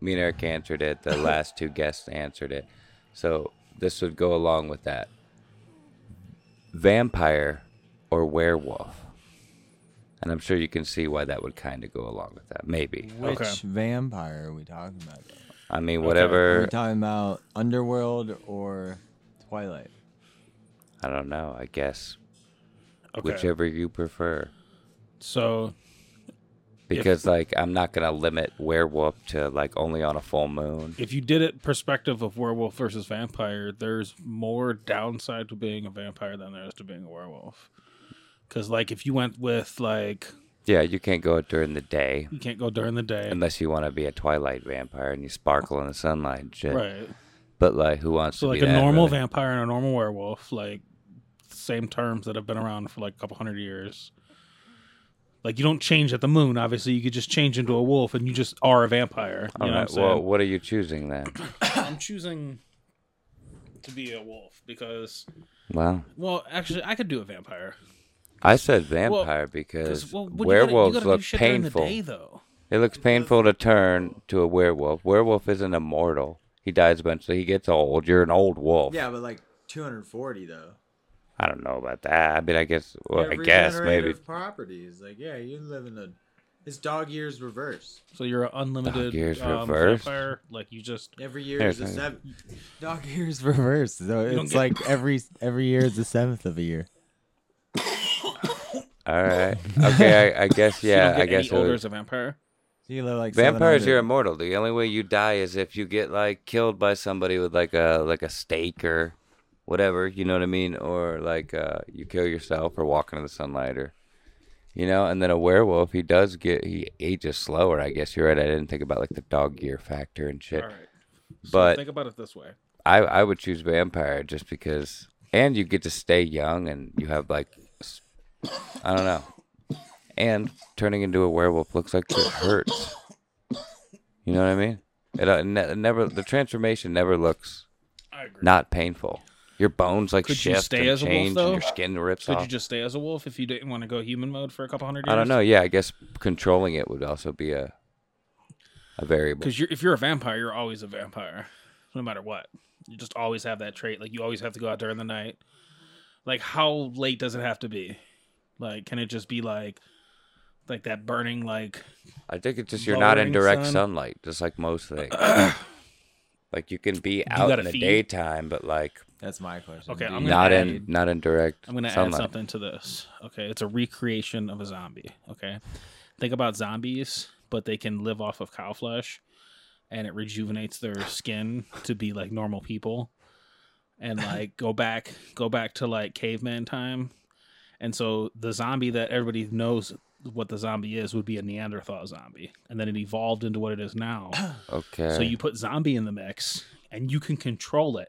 me and Eric answered it. The last two guests answered it. So this would go along with that. Vampire or werewolf? And I'm sure you can see why that would kind of go along with that. Maybe. Which Okay. vampire are we talking about? though? I mean, Are we whatever. talking about Underworld or Twilight? I don't know. I guess Okay. whichever you prefer. So Because like I'm not gonna limit werewolf to like only on a full moon. if you did it perspective of werewolf versus vampire, there's more downside to being a vampire than there is to being a werewolf. Because like if you went with like Yeah, you can't go out during the day. you can't go during the day, unless you want to be a twilight vampire and you sparkle in the sunlight and shit. right? But like, who wants So to like be a that, normal really? vampire and a normal werewolf, like same terms that have been around for like a couple hundred years. Like you don't change at the moon, obviously. You could just change into a wolf and you just are a vampire. You All know right. what I'm Well, saying? what are you choosing then? I'm choosing to be a wolf because Well, well, actually I could do a vampire. I said vampire because werewolves look painful. though. it looks painful to turn to a werewolf. Werewolf isn't immortal. He dies eventually. He gets old. You're an old wolf. Yeah, but like 240 though. I don't know about that. I mean, I guess. Well, I guess maybe. properties. Like yeah, you live in a. It's dog years reverse. So you're an Dog years unlimited um, reversed. vampire. Like you just Every year There's is a nothing. seventh. Dog years reverse. So don't it's get- like every every year is the seventh of a year. All right. Okay. I, I guess. you don't Yeah. get I guess. any it older was- as a vampire. So you live like Vampires, 700. you're immortal. The only way you die is if you get like killed by somebody with like a like a stake or whatever. You know what I mean? Or like uh, you kill yourself or walk into the sunlight or you know. And then a werewolf, he does get he ages slower. I guess you're right. I didn't think about like the dog year factor and shit. All right. So But- think about it this way. I I would choose vampire just because, and you get to stay young and you have like s- I don't know. And turning into a werewolf looks like it hurts. You know what I mean? It, uh, ne- it never the transformation never looks I agree. not painful. Your bones like Could you shift stay and as a wolf, change, though? and your skin rips Could off. you just stay as a wolf if you didn't want to go human mode for a couple hundred years? I don't know. Yeah, I guess controlling it would also be a a variable. Because you're, if you're a vampire, you're always a vampire, no matter what. You just always have that trait. Like you always have to go out during the night. Like how late does it have to be? Like can it just be like, like that burning like? I think it's just you're not in Lowering direct sun. sunlight, just like most things. like you can be out gotta in the feed. daytime, but like That's my question. Okay, Do I'm you- gonna not add- in not in direct I'm gonna sunlight. add something to this. Okay, it's a recreation of a zombie. Okay, think about zombies, but they can live off of cow flesh, and it rejuvenates their skin to be like normal people, and like go back go back to like caveman time, and so the zombie that everybody knows what the zombie is would be a Neanderthal zombie, and then it evolved into what it is now. Okay. So you put zombie in the mix and you can control it.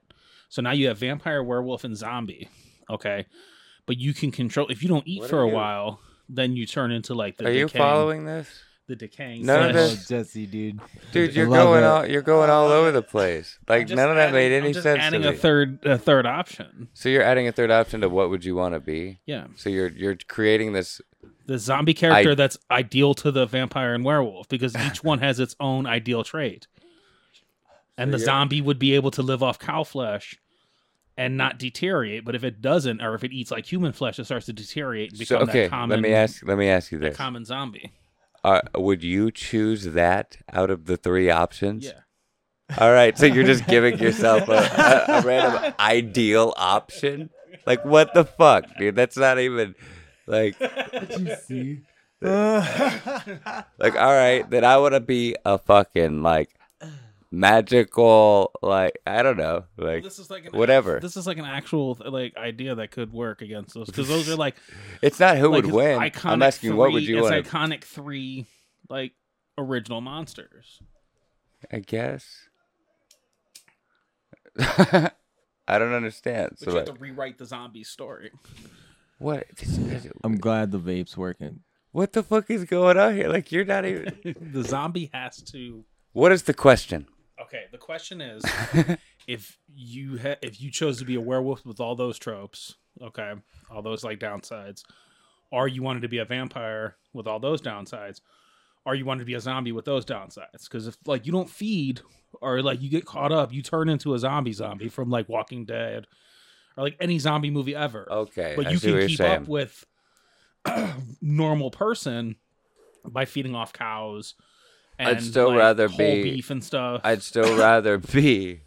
So now you have vampire, werewolf, and zombie. Okay. But you can control if you don't eat What for are a you- while, then you turn into like the Are you decaying, following this, the decaying None Oh, of flesh. this- Jesse, dude. dude? You're love going it. all you're going all over the place. Like Just none of that adding- made any I'm just sense. Adding to a me. third a third option. so you're adding a third option to what would you want to be? Yeah. So you're you're creating this. The zombie character that's ideal to the vampire and werewolf because each one has its own ideal trait. and the Yeah. zombie would be able to live off cow flesh and not deteriorate. But if it doesn't, or if it eats like human flesh, it starts to deteriorate and So, become okay, that common. let me ask. Let me ask you that this: common zombie. uh, Would you choose that out of the three options? Yeah, All right, so you're just giving yourself a, a, a random ideal option. Like, what the fuck, dude? That's not even like like. All right, then I want to be a fucking like magical like I don't know like this is like an, whatever. this is like an actual like idea that could work against those because those are like It's not who like would it's win. Iconic I'm asking three, what would you it's want? iconic three like original monsters. I guess. I don't understand. But So you have like, to rewrite the zombie story. what? I'm glad the vape's working. What the fuck is going on here? Like you're not even. the zombie has to. What is the question? Okay, the question is, if you ha- if you chose to be a werewolf with all those tropes, okay, all those like downsides, or you wanted to be a vampire with all those downsides, or you wanted to be a zombie with those downsides, because if like you don't feed or like you get caught up, you turn into a zombie zombie from like Walking Dead or like any zombie movie ever. Okay, but I you see what can you're keep saying. up with normal person by feeding off cows. And I'd still like, rather whole be- beef and stuff. I'd still rather be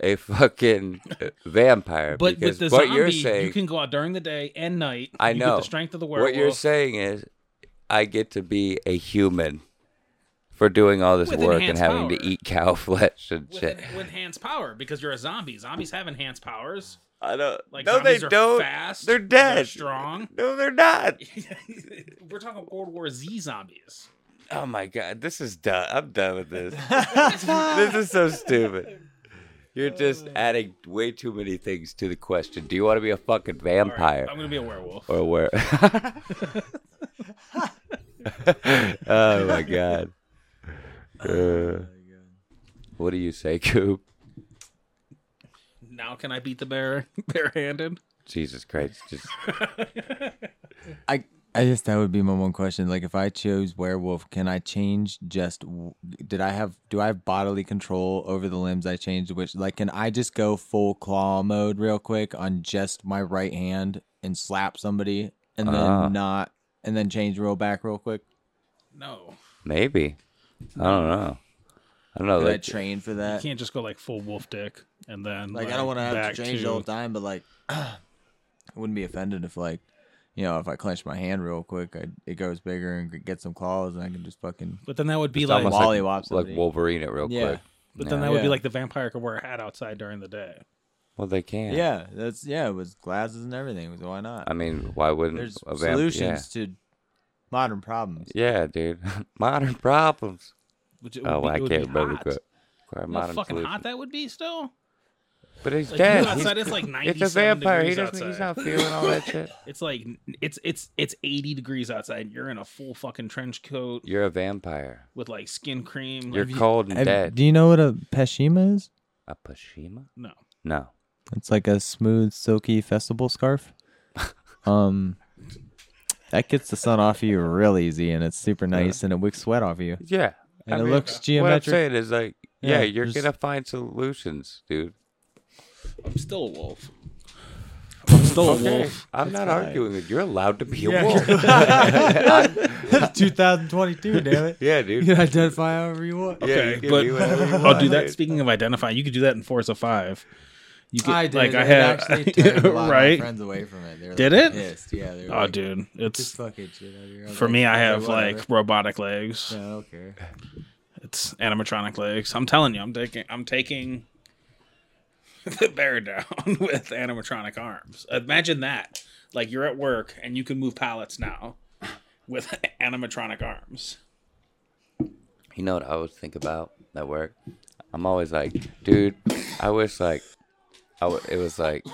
a fucking vampire but with because the what zombie, you're saying, you can go out during the day and night. I You get know the strength of the werewolf. what you're saying is, I get to be a human for doing all this With work and enhanced having to power. eat cow flesh and with, shit. en- with enhanced power because you're a zombie. Zombies have enhanced powers. I don't. Like no, they zombies are don't. fast, they're they're dead. strong. No, they're not. We're talking World War Z zombies. Oh my god, this is done. I'm done with this. this is so stupid. You're just Oh. adding way too many things to the question. Do you want to be a fucking All right, vampire I'm gonna be a werewolf. or where? oh my god. Oh Uh, what do you say, Coop? Now can I beat the bear barehanded? Jesus Christ! Just I I guess that would be my one question. Like, if I chose werewolf, can I change just? w- Did I have? Do I have bodily control over the limbs I changed? Which, like, can I just go full claw mode real quick on just my right hand and slap somebody, and then Ah. not, and then change real back real quick? No, maybe. I don't know. I don't know. Could I Like, train for you that? can't just go like full wolf dick and then Like, I don't want to have back to change the whole time, but like, I wouldn't be offended if like. You know, if I clench my hand real quick, I, it goes bigger and g- gets some claws, and I can just fucking But then that would be it's like, almost Lollywop like, somebody. like Wolverine it real quick. but then Yeah. that would be Yeah. like the vampire could wear a hat outside during the day. Well, they can. Yeah, that's yeah. It was glasses and everything. So why not? I mean, why wouldn't There's a vamp- solutions to modern problems. Yeah, yeah dude. modern problems. Which it would Oh, be- I it would can't be remember. hot. the quite You know how modern fucking solution. hot that would be still. But he's Like, you dead. He's- outside, it's like it's a 97 vampire. He degrees doesn't. He's outside. not feeling all that shit. It's like it's it's it's 80 degrees outside. You're in a full fucking trench coat You're a vampire. with like skin cream. You're Like, cold and dead. do you know what a peshima is? a Pashima? no. No. It's like a smooth, silky festival scarf. um, that gets the sun off you real easy, and it's super nice, and it wicks sweat off you, Yeah. and I it mean, uh, looks What I'm geometric. saying is like, yeah, Yeah, you're just- gonna find solutions, dude. I'm still a wolf. I'm still a wolf. I'm not arguing with you. You're allowed to be a Yeah. wolf. 2022, damn it. yeah, dude. can identify however you want. Yeah, you Okay, can but be whatever you I'll do want, that. dude. Speaking of identifying, you could do that in Forza Five. You could, I did. like it I had actually turned a lot of my right. friends away from it. They were Did like it? pissed. Yeah. They were Oh, like, dude, Just it's fuck it, shit. out of here." I was for like, me. I "Okay, have whatever." like robotic legs. Yeah, I don't care. It's animatronic legs. I'm telling you, I'm taking I'm taking the bear down with animatronic arms. Imagine that. Like you're at work and you can move pallets now with animatronic arms. You know what I always think about at work? I'm always like, dude, I wish like, I w- it was like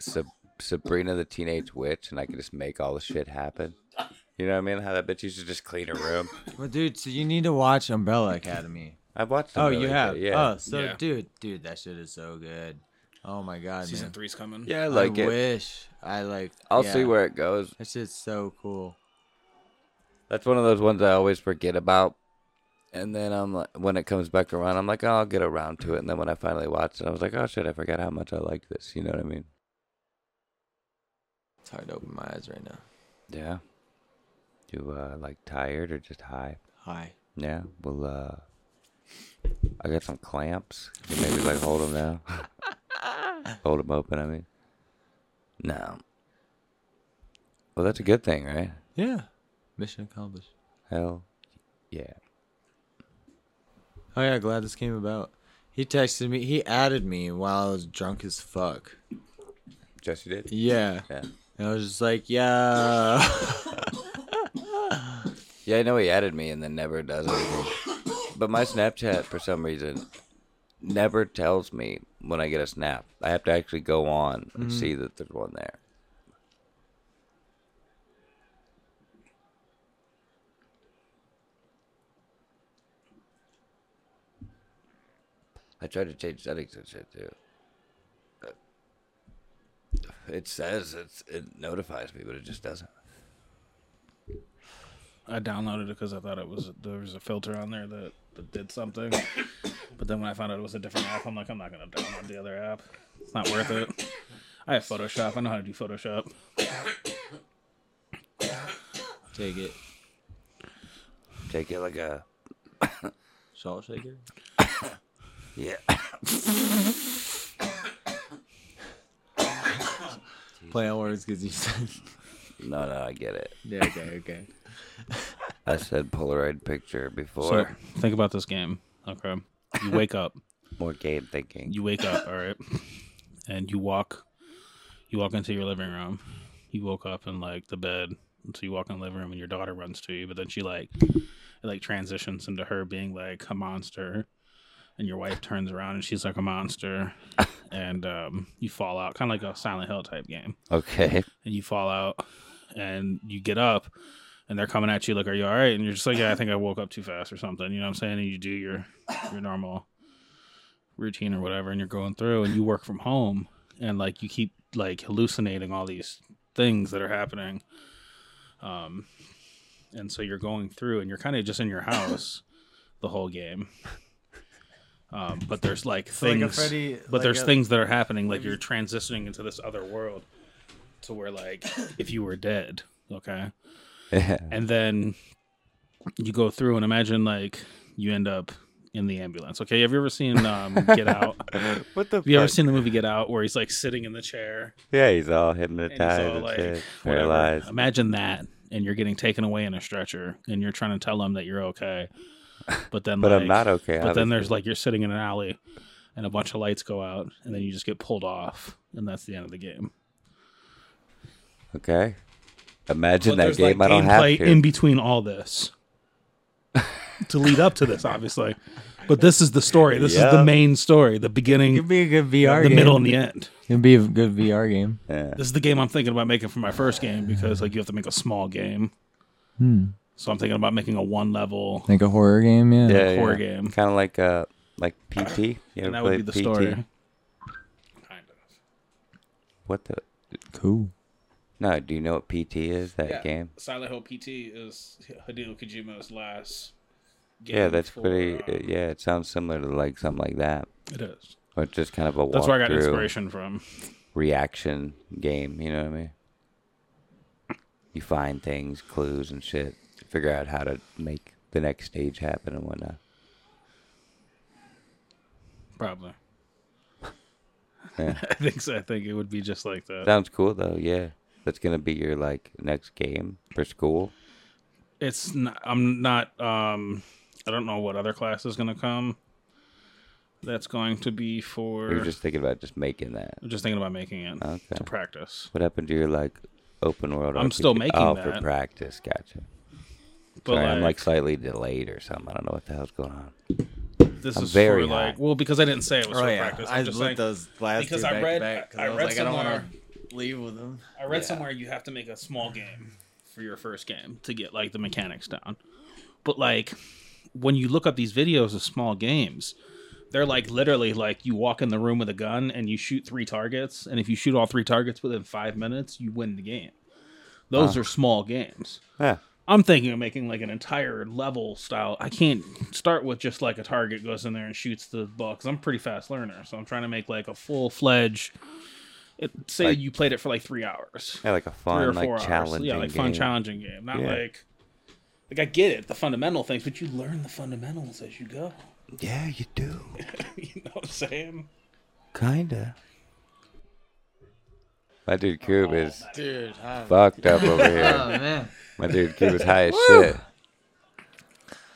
Sab- Sabrina the Teenage Witch, and I could just make all the shit happen. You know what I mean? How that bitch used to just clean her room. Well, dude, so you need to watch Umbrella Academy. I've watched. them Oh, really, you but have? Yeah. Oh, so Yeah. dude, dude, that shit is so good. Oh my god, Season man. three's coming. yeah, I like I it. wish I like. I'll yeah. see where it goes. That shit's so cool. That's one of those ones I always forget about, And then I'm like, when it comes back around, I'm like, oh, I'll get around to it. And then when I finally watched it, I was like, oh shit, I forgot how much I liked this. You know what I mean? It's hard to open my eyes right now. Yeah. You uh, like tired or just high? Hi. Yeah. Well, uh, I got some clamps. You maybe like hold them down, hold them open. I mean, no. Well, that's a good thing, right? Yeah. Mission accomplished. Hell, yeah. Oh yeah, glad this came about. He texted me. He added me while I was drunk as fuck. Jesse did. Yeah. Yeah. And I was just like, yeah. Yeah, I know he added me and then never does anything. But my Snapchat, for some reason, never tells me when I get a snap. I have to actually go on and see that there's one there. I tried to change settings and shit too. But It says it's, it notifies me, but it just doesn't. I downloaded it because I thought it was there was a filter on there that, that did something. but then when I found out it was a different app, I'm like, I'm not gonna download the other app. It's not worth it. I have Photoshop. I know how to do Photoshop. Take it. Take it like a Salt shaker. yeah. Play on words because you said. No, no, I get it. Yeah. Okay. Okay. I said Polaroid picture before. So think about this game. Okay, you wake up. More game thinking. You wake up. All right, and you walk. You walk into your living room. You woke up in like the bed. So you walk in the living room and your daughter runs to you, but then she like it like transitions into her being like a monster. And your wife turns around and she's like a monster. And um, you fall out, kinda like a Silent Hill type game. okay. and you fall out and you get up and they're coming at you like are you all right and you're just like yeah i think i woke up too fast or something you know what i'm saying and you do your your normal routine or whatever and you're going through and you work from home and like you keep like hallucinating all these things that are happening um and so you're going through and you're kind of just in your house the whole game um but there's like like a things Freddy- but like there's a- things that are happening like you're transitioning into this other world to where like if you were dead okay and then you go through and imagine like you end up in the ambulance okay have you ever seen um get out have what the you ever seen the movie get out where he's like sitting in the chair Yeah, he's all and he's all hypnotized and like shit. whatever. Paralyzed. imagine that and you're getting taken away in a stretcher and you're trying to tell them that you're okay but then But like, I'm not okay. but then obviously. there's like you're sitting in an alley and a bunch of lights go out and then you just get pulled off and that's the end of the game Okay. Imagine But that there's, game I don't have gameplay to. in between all this to lead up to this, obviously. But this is the story. This is Yeah. the main story. The It could beginning, be a good VR. the game. middle, and the end. It'd be a good VR game. yeah. This is the game I'm thinking about making for my first game because like you have to make a small game. So I'm thinking about making a one level Hmm. Like a horror game. Yeah. yeah, yeah. horror game. Kind of like uh, like PT. You ever and that would play be the PT? story. Kind of. What the? Cool. No, do you know what PT is? That Yeah. game. Silent Hill PT is Hideo Kojima's last game. Yeah, that's for, pretty. uh, um, yeah, it sounds similar to like something like that, It is. or just kind of a That's where I got walkthrough. inspiration from. reaction game. You know what I mean? You find things, clues, and shit. Figure out how to make the next stage happen and whatnot. Probably. Yeah. I think so. I think it would be just like that. Sounds cool though. Yeah, that's gonna be your like next game for school. It's not, I'm not um I don't know what other class is going to come. That's going to be for You're just thinking about just making that. I'm just thinking about making it Okay. to practice. What happened to your like open world? I'm RPG? still making oh, for that. practice. Gotcha. But Sorry, I'm like like, slightly delayed or something. I don't know what the hell's going on. this I'm is very for like high. well because I didn't say it was Oh for yeah. practice. I'm I just just saying, lit those last Because two I back read- to back 'cause I I, was read like, I don't want somewhere- to leave with them. I read somewhere you have to make a small game for your first game to get like the mechanics down. But like when you look up these videos of small games, they're like literally like you walk in the room with a gun and you shoot three targets, and if you shoot all three targets within five minutes, you win the game. Those are small games. Ah. Yeah. I'm thinking of making like an entire level style. I can't start with just like a target goes in there and shoots the ball because I'm a pretty fast learner. So I'm trying to make like a full fledged. Say Like- you played it for like three hours, Yeah, like a three fun, or four like hours. challenging Yeah, like fun, game. challenging game. Not Yeah. like like I get it, the fundamental things, but you learn the fundamentals as you go. Yeah, you do. you know what I'm saying? Kinda. My dude Cube is Dude, I, fucked up over oh here. man, My dude Cube is high as shit.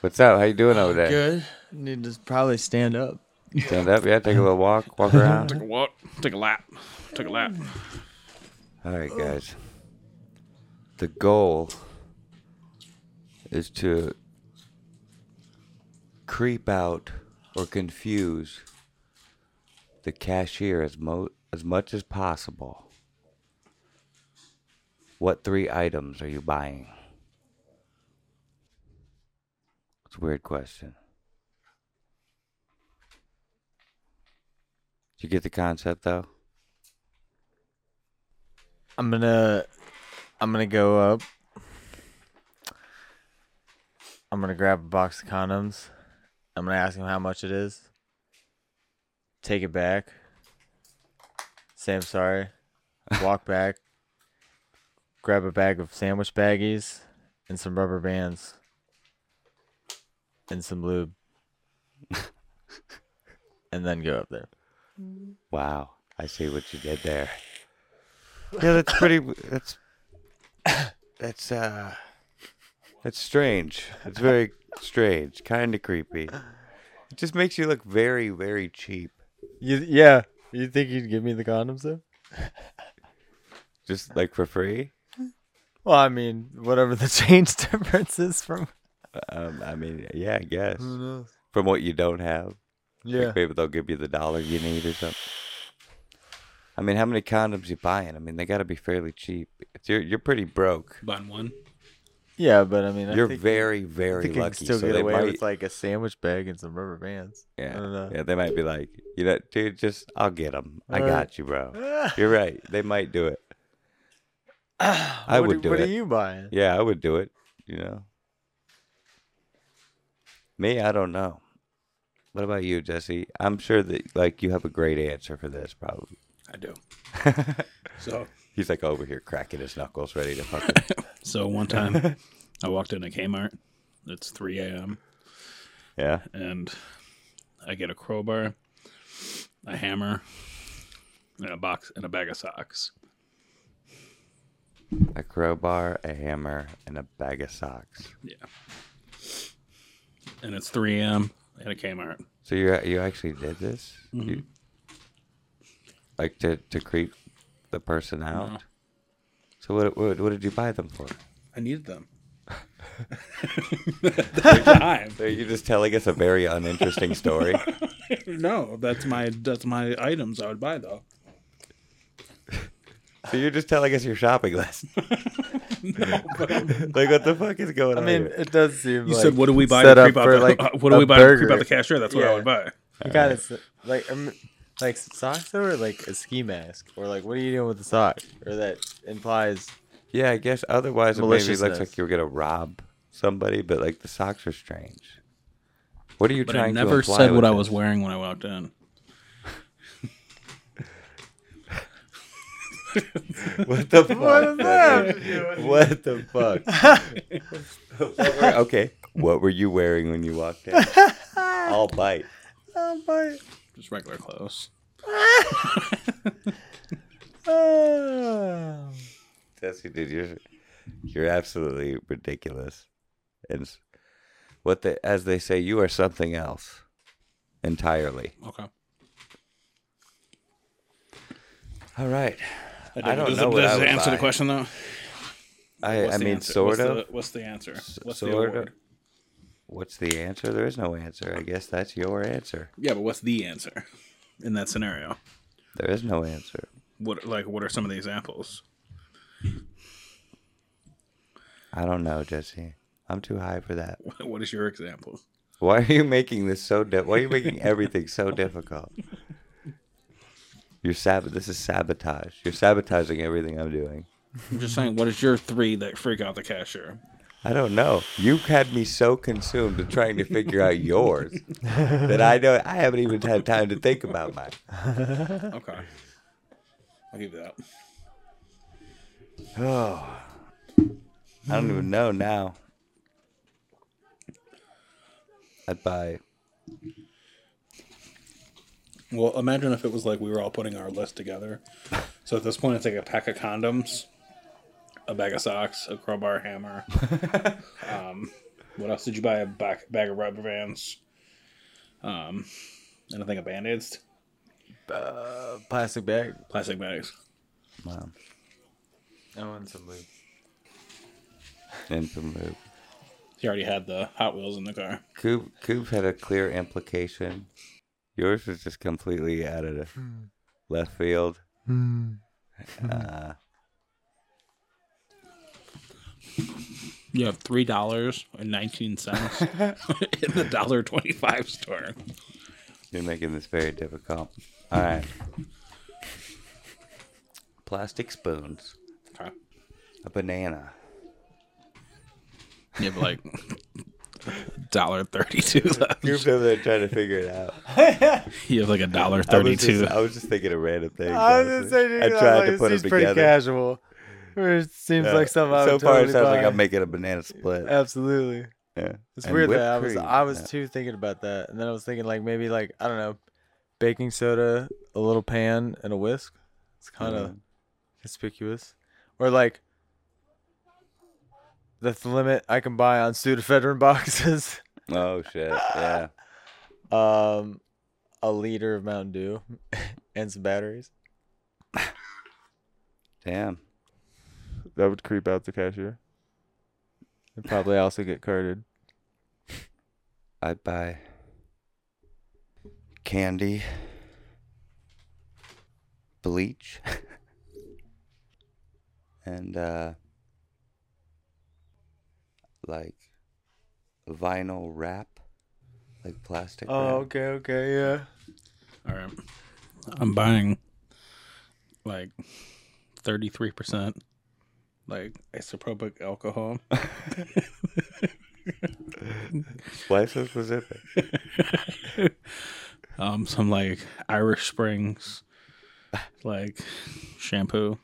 What's up? How you doing over there? good. Need to probably stand up. Stand up, yeah. Take a little walk, walk around. Take a walk, take a lap, take a lap. All right, guys. The goal is to creep out or confuse the cashier as mo- as much as possible. What three items are you buying? It's a weird question. Do you get the concept though? I'm gonna, I'm gonna go up. I'm gonna grab a box of condoms. I'm gonna ask him how much it is. Take it back. Say I'm sorry. Walk back. Grab a bag of sandwich baggies and some rubber bands and some lube, and then go up there. Wow, I see what you did there. Yeah, that's pretty. That's that's uh, that's strange. It's very strange, kind of creepy. It just makes you look very, very cheap. You yeah. You think you'd give me the condoms though? Just like for free. Well, I mean, whatever the change difference is from. Um, I mean, yeah, I guess Who knows? from what you don't have, Mm-hmm. Yeah. like maybe they'll give you the dollar you need or something. I mean, how many condoms you buying? I mean, they got to be fairly cheap. You're you're pretty broke. Bun one. Yeah, but I mean, I You're think, very, I very think you can lucky. still so get they away might, with like a sandwich bag and some rubber bands. Yeah, I don't know. yeah, they might be like, you know, dude, just I'll get them. I Uh, got you, bro. You're right. They might do it. I what would are, do What it. are you buying? Yeah, I would do it. You know, me, I don't know. What about you, Jesse? I'm sure that like you have a great answer for this. Probably. I do. so He's like over here cracking his knuckles, ready to fucking. so one time I walked into Kmart. It's 3 a.m. yeah. and I get a crowbar, a hammer, and a box and a bag of socks. A crowbar, a hammer, and a bag of socks. And it's 3 a.m. at a Kmart. So you you actually did this? Mm-hmm. You, like to to creep the person out? No. So what, what what did you buy them for? I needed them. At the time. Are you just telling us a very uninteresting story? No, that's my that's my items I would buy though. so you're just telling us your shopping list. No, but like what the fuck is going I on? mean, here? it does seem. you like said what do we buy set to up creep out for the, like what do a we buy to creep burger. out the cashier? That's what Yeah. I would buy. You got it. Like um, like socks though, or like a ski mask, or like what are you doing with the sock? Or that implies. yeah, I guess otherwise it maybe looks Maliciousness. like you were gonna rob somebody, but like the socks are strange. What are you But I trying to never imply said what with I this? was wearing when I walked in. What the fuck? What, what the fuck? What were- okay. What were you wearing when you walked in? I'll bite. Oh my! Just regular clothes. Oh. Jesse, dude, you're you're absolutely ridiculous. And s- what the as they say, you are something else entirely. Okay. All right. I, don't don't does know know. what I does would it answer buy. the question though? I, I the mean, answer? sort what's of. The, what's the answer? What's the sort of. award? What's the answer? There is no answer. I guess that's your answer. Yeah, but what's the answer in that scenario? There is no answer. What like what are some of the examples? I don't know, Jesse. I'm too high for that. What, what is your example? Why are you making this so di- Why are you making everything so difficult? You're sab- This is sabotage. You're sabotaging everything I'm doing. I'm just saying. What is your three that freak out the cashier? I don't know. You had me so consumed with trying to figure out yours that I don't. I haven't even had time to think about mine. Okay. I'll give you that. Oh, I don't even know now. I'd buy. Well, imagine if it was like we were all putting our list together. So at this point, it's like a pack of condoms, a bag of socks, a crowbar, hammer. um, what else did you buy? A bag, bag of rubber bands, um, and I think a band aids, Plastic bag. plastic bags. Wow. I want some lube. Infant loop. He already had the Hot Wheels in the car. Coop Coop had a clear implication. Yours was just completely out of the left field. Uh, You have three dollars and nineteen cents in the dollar twenty-five store. you're making this very difficult. All right. Plastic spoons. Okay. A banana. You have like dollar thirty-two left. Coop's over there trying to figure it out. You have like a dollar I was, thirty-two. just, I was just thinking of random things. I was gonna honestly. say, dude, I tried to like, put it it seems pretty together. casual. Or it seems Yeah. like something I so would far, totally it sounds like buy. I'm making a banana split. Absolutely. Yeah. It's And weird whipped that I was cream. I was Yeah. too thinking about that, and then I was thinking like maybe like I don't know, baking soda, a little pan, and a whisk. It's kind of Mm-hmm. conspicuous, or like that's the limit I can buy on pseudoephedrine boxes. Oh shit! Yeah. um, a liter of Mountain Dew, and some batteries. Damn. That would creep out the cashier. And probably also get carded. I'd buy candy, bleach, and uh, like vinyl wrap, like plastic. Oh, wrap. okay, okay, yeah. All right. I'm buying like 33% like isopropyl alcohol. Why so specific? um some like Irish Springs like shampoo.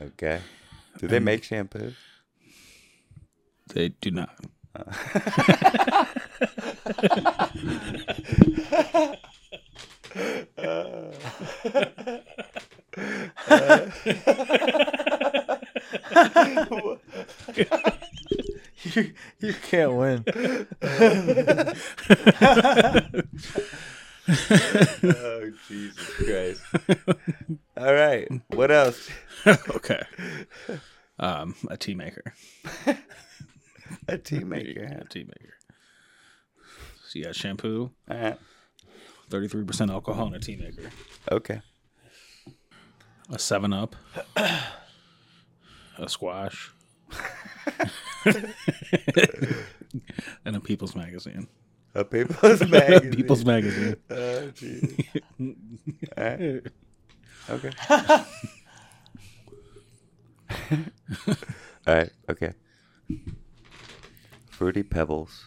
Okay. Do they make shampoo? They do not. You, you can't win. Oh Jesus Christ! All right. What else? okay. Um a tea maker. A tea maker. Yeah, tea maker. So you got shampoo, All right. 33% alcohol and a tea maker. Okay. A 7 up. a squash. and a People's Magazine. A People's Magazine. People's Magazine. Oh, jeez. Eh? Alright. Okay. All right. Okay. Fruity Pebbles.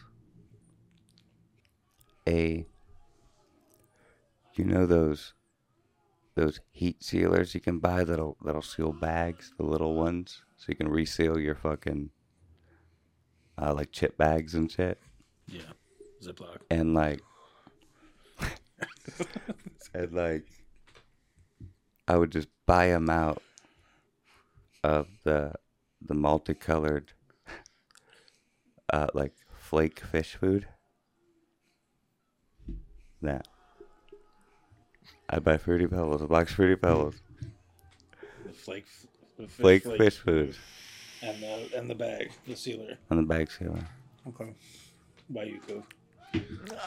A. You know those. Those heat sealers you can buy that'll that'll seal bags, the little ones, so you can reseal your fucking. Uh, like chip bags and shit Yeah. Ziploc. and like and like I would just buy them out of the the multicolored uh like flake fish food. Nah. I buy fruity pebbles, a box of fruity pebbles, The flake, f- the fish flake flake, fish food and the and the bag, the sealer. on the back sealer. Okay. By you, Coop.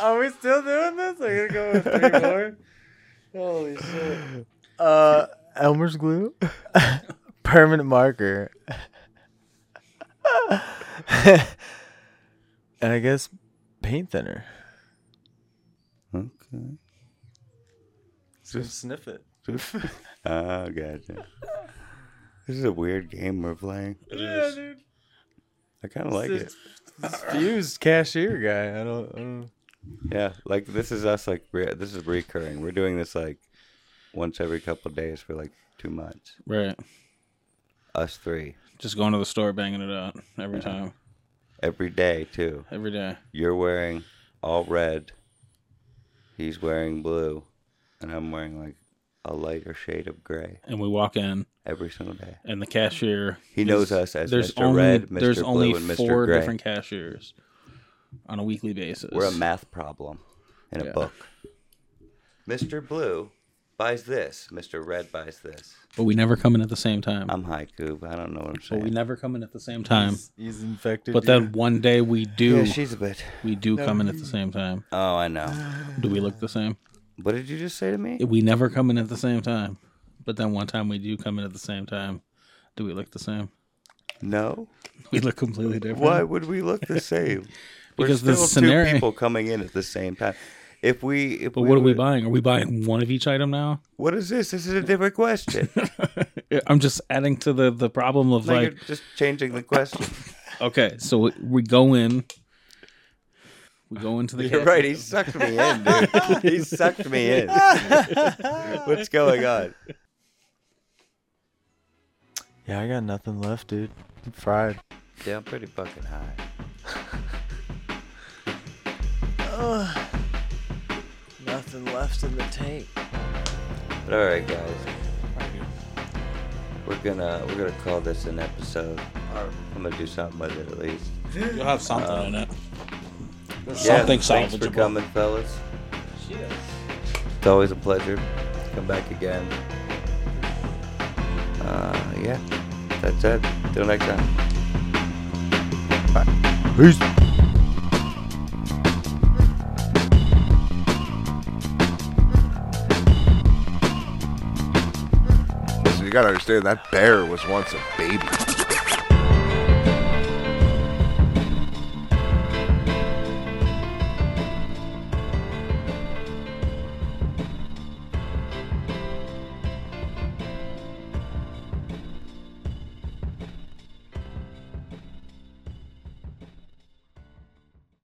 Are we still doing this? We're gonna go with three more. Holy shit! Uh, Elmer's glue, permanent marker, and I guess paint thinner. Okay. Just sniff it. Oh gotcha. This is a weird game we're playing. It is. dude. I kind of like it. This fused cashier guy. I don't. I don't Yeah, like this is us. Like re- this is recurring. We're doing this like once every couple days for like two months. Right. Us three Just going to the store, banging it out every time, every day too. every day. You're wearing all red. He's wearing blue, and I'm wearing like a lighter shade of gray And we walk in, every single day. and the cashier. He is- knows us as there's Mr. Only, Red, Mr. There's Blue, only and Mr. four Gray. different cashiers on a weekly basis. We're a math problem in a Yeah. book. Mr. Blue buys this. Mr. Red buys this. but we never come in at the same time. I'm haiku. but I don't know what I'm but we saying. never come in at the same time. he's infected. But you. then one day we do. Yeah, she's a bitch. we do come in at the same time. Oh, I know. Do we look the same? What did you just say to me? We never come in at the same time. But then one time we do come in at the same time. Do we look the same? No. We look completely different. Why would we look the same? We're Because the still scenario- two people coming in at the same time. If we, if But what are we would- buying? Are we buying one of each item now? What is this? This is a different question. like, I'm just adding to the the problem of you're like, just changing the question. okay, so we, we go in, we go into the You're ca- right. He sucked me in, dude. he sucked me in. What's going on? yeah, I got nothing left, dude. I'm fried. Yeah, I'm pretty fucking high. Nothing left in the tank. But all right, guys. We're gonna we're gonna call this an episode. Or I'm gonna do something with it at least. You'll have something Um, in it. Yeah, something thanks for salvageable. coming, fellas. It's always a pleasure. Come back again. Uh, yeah, that's it. Till next time. Peace. Listen, you gotta understand that bear was once a baby.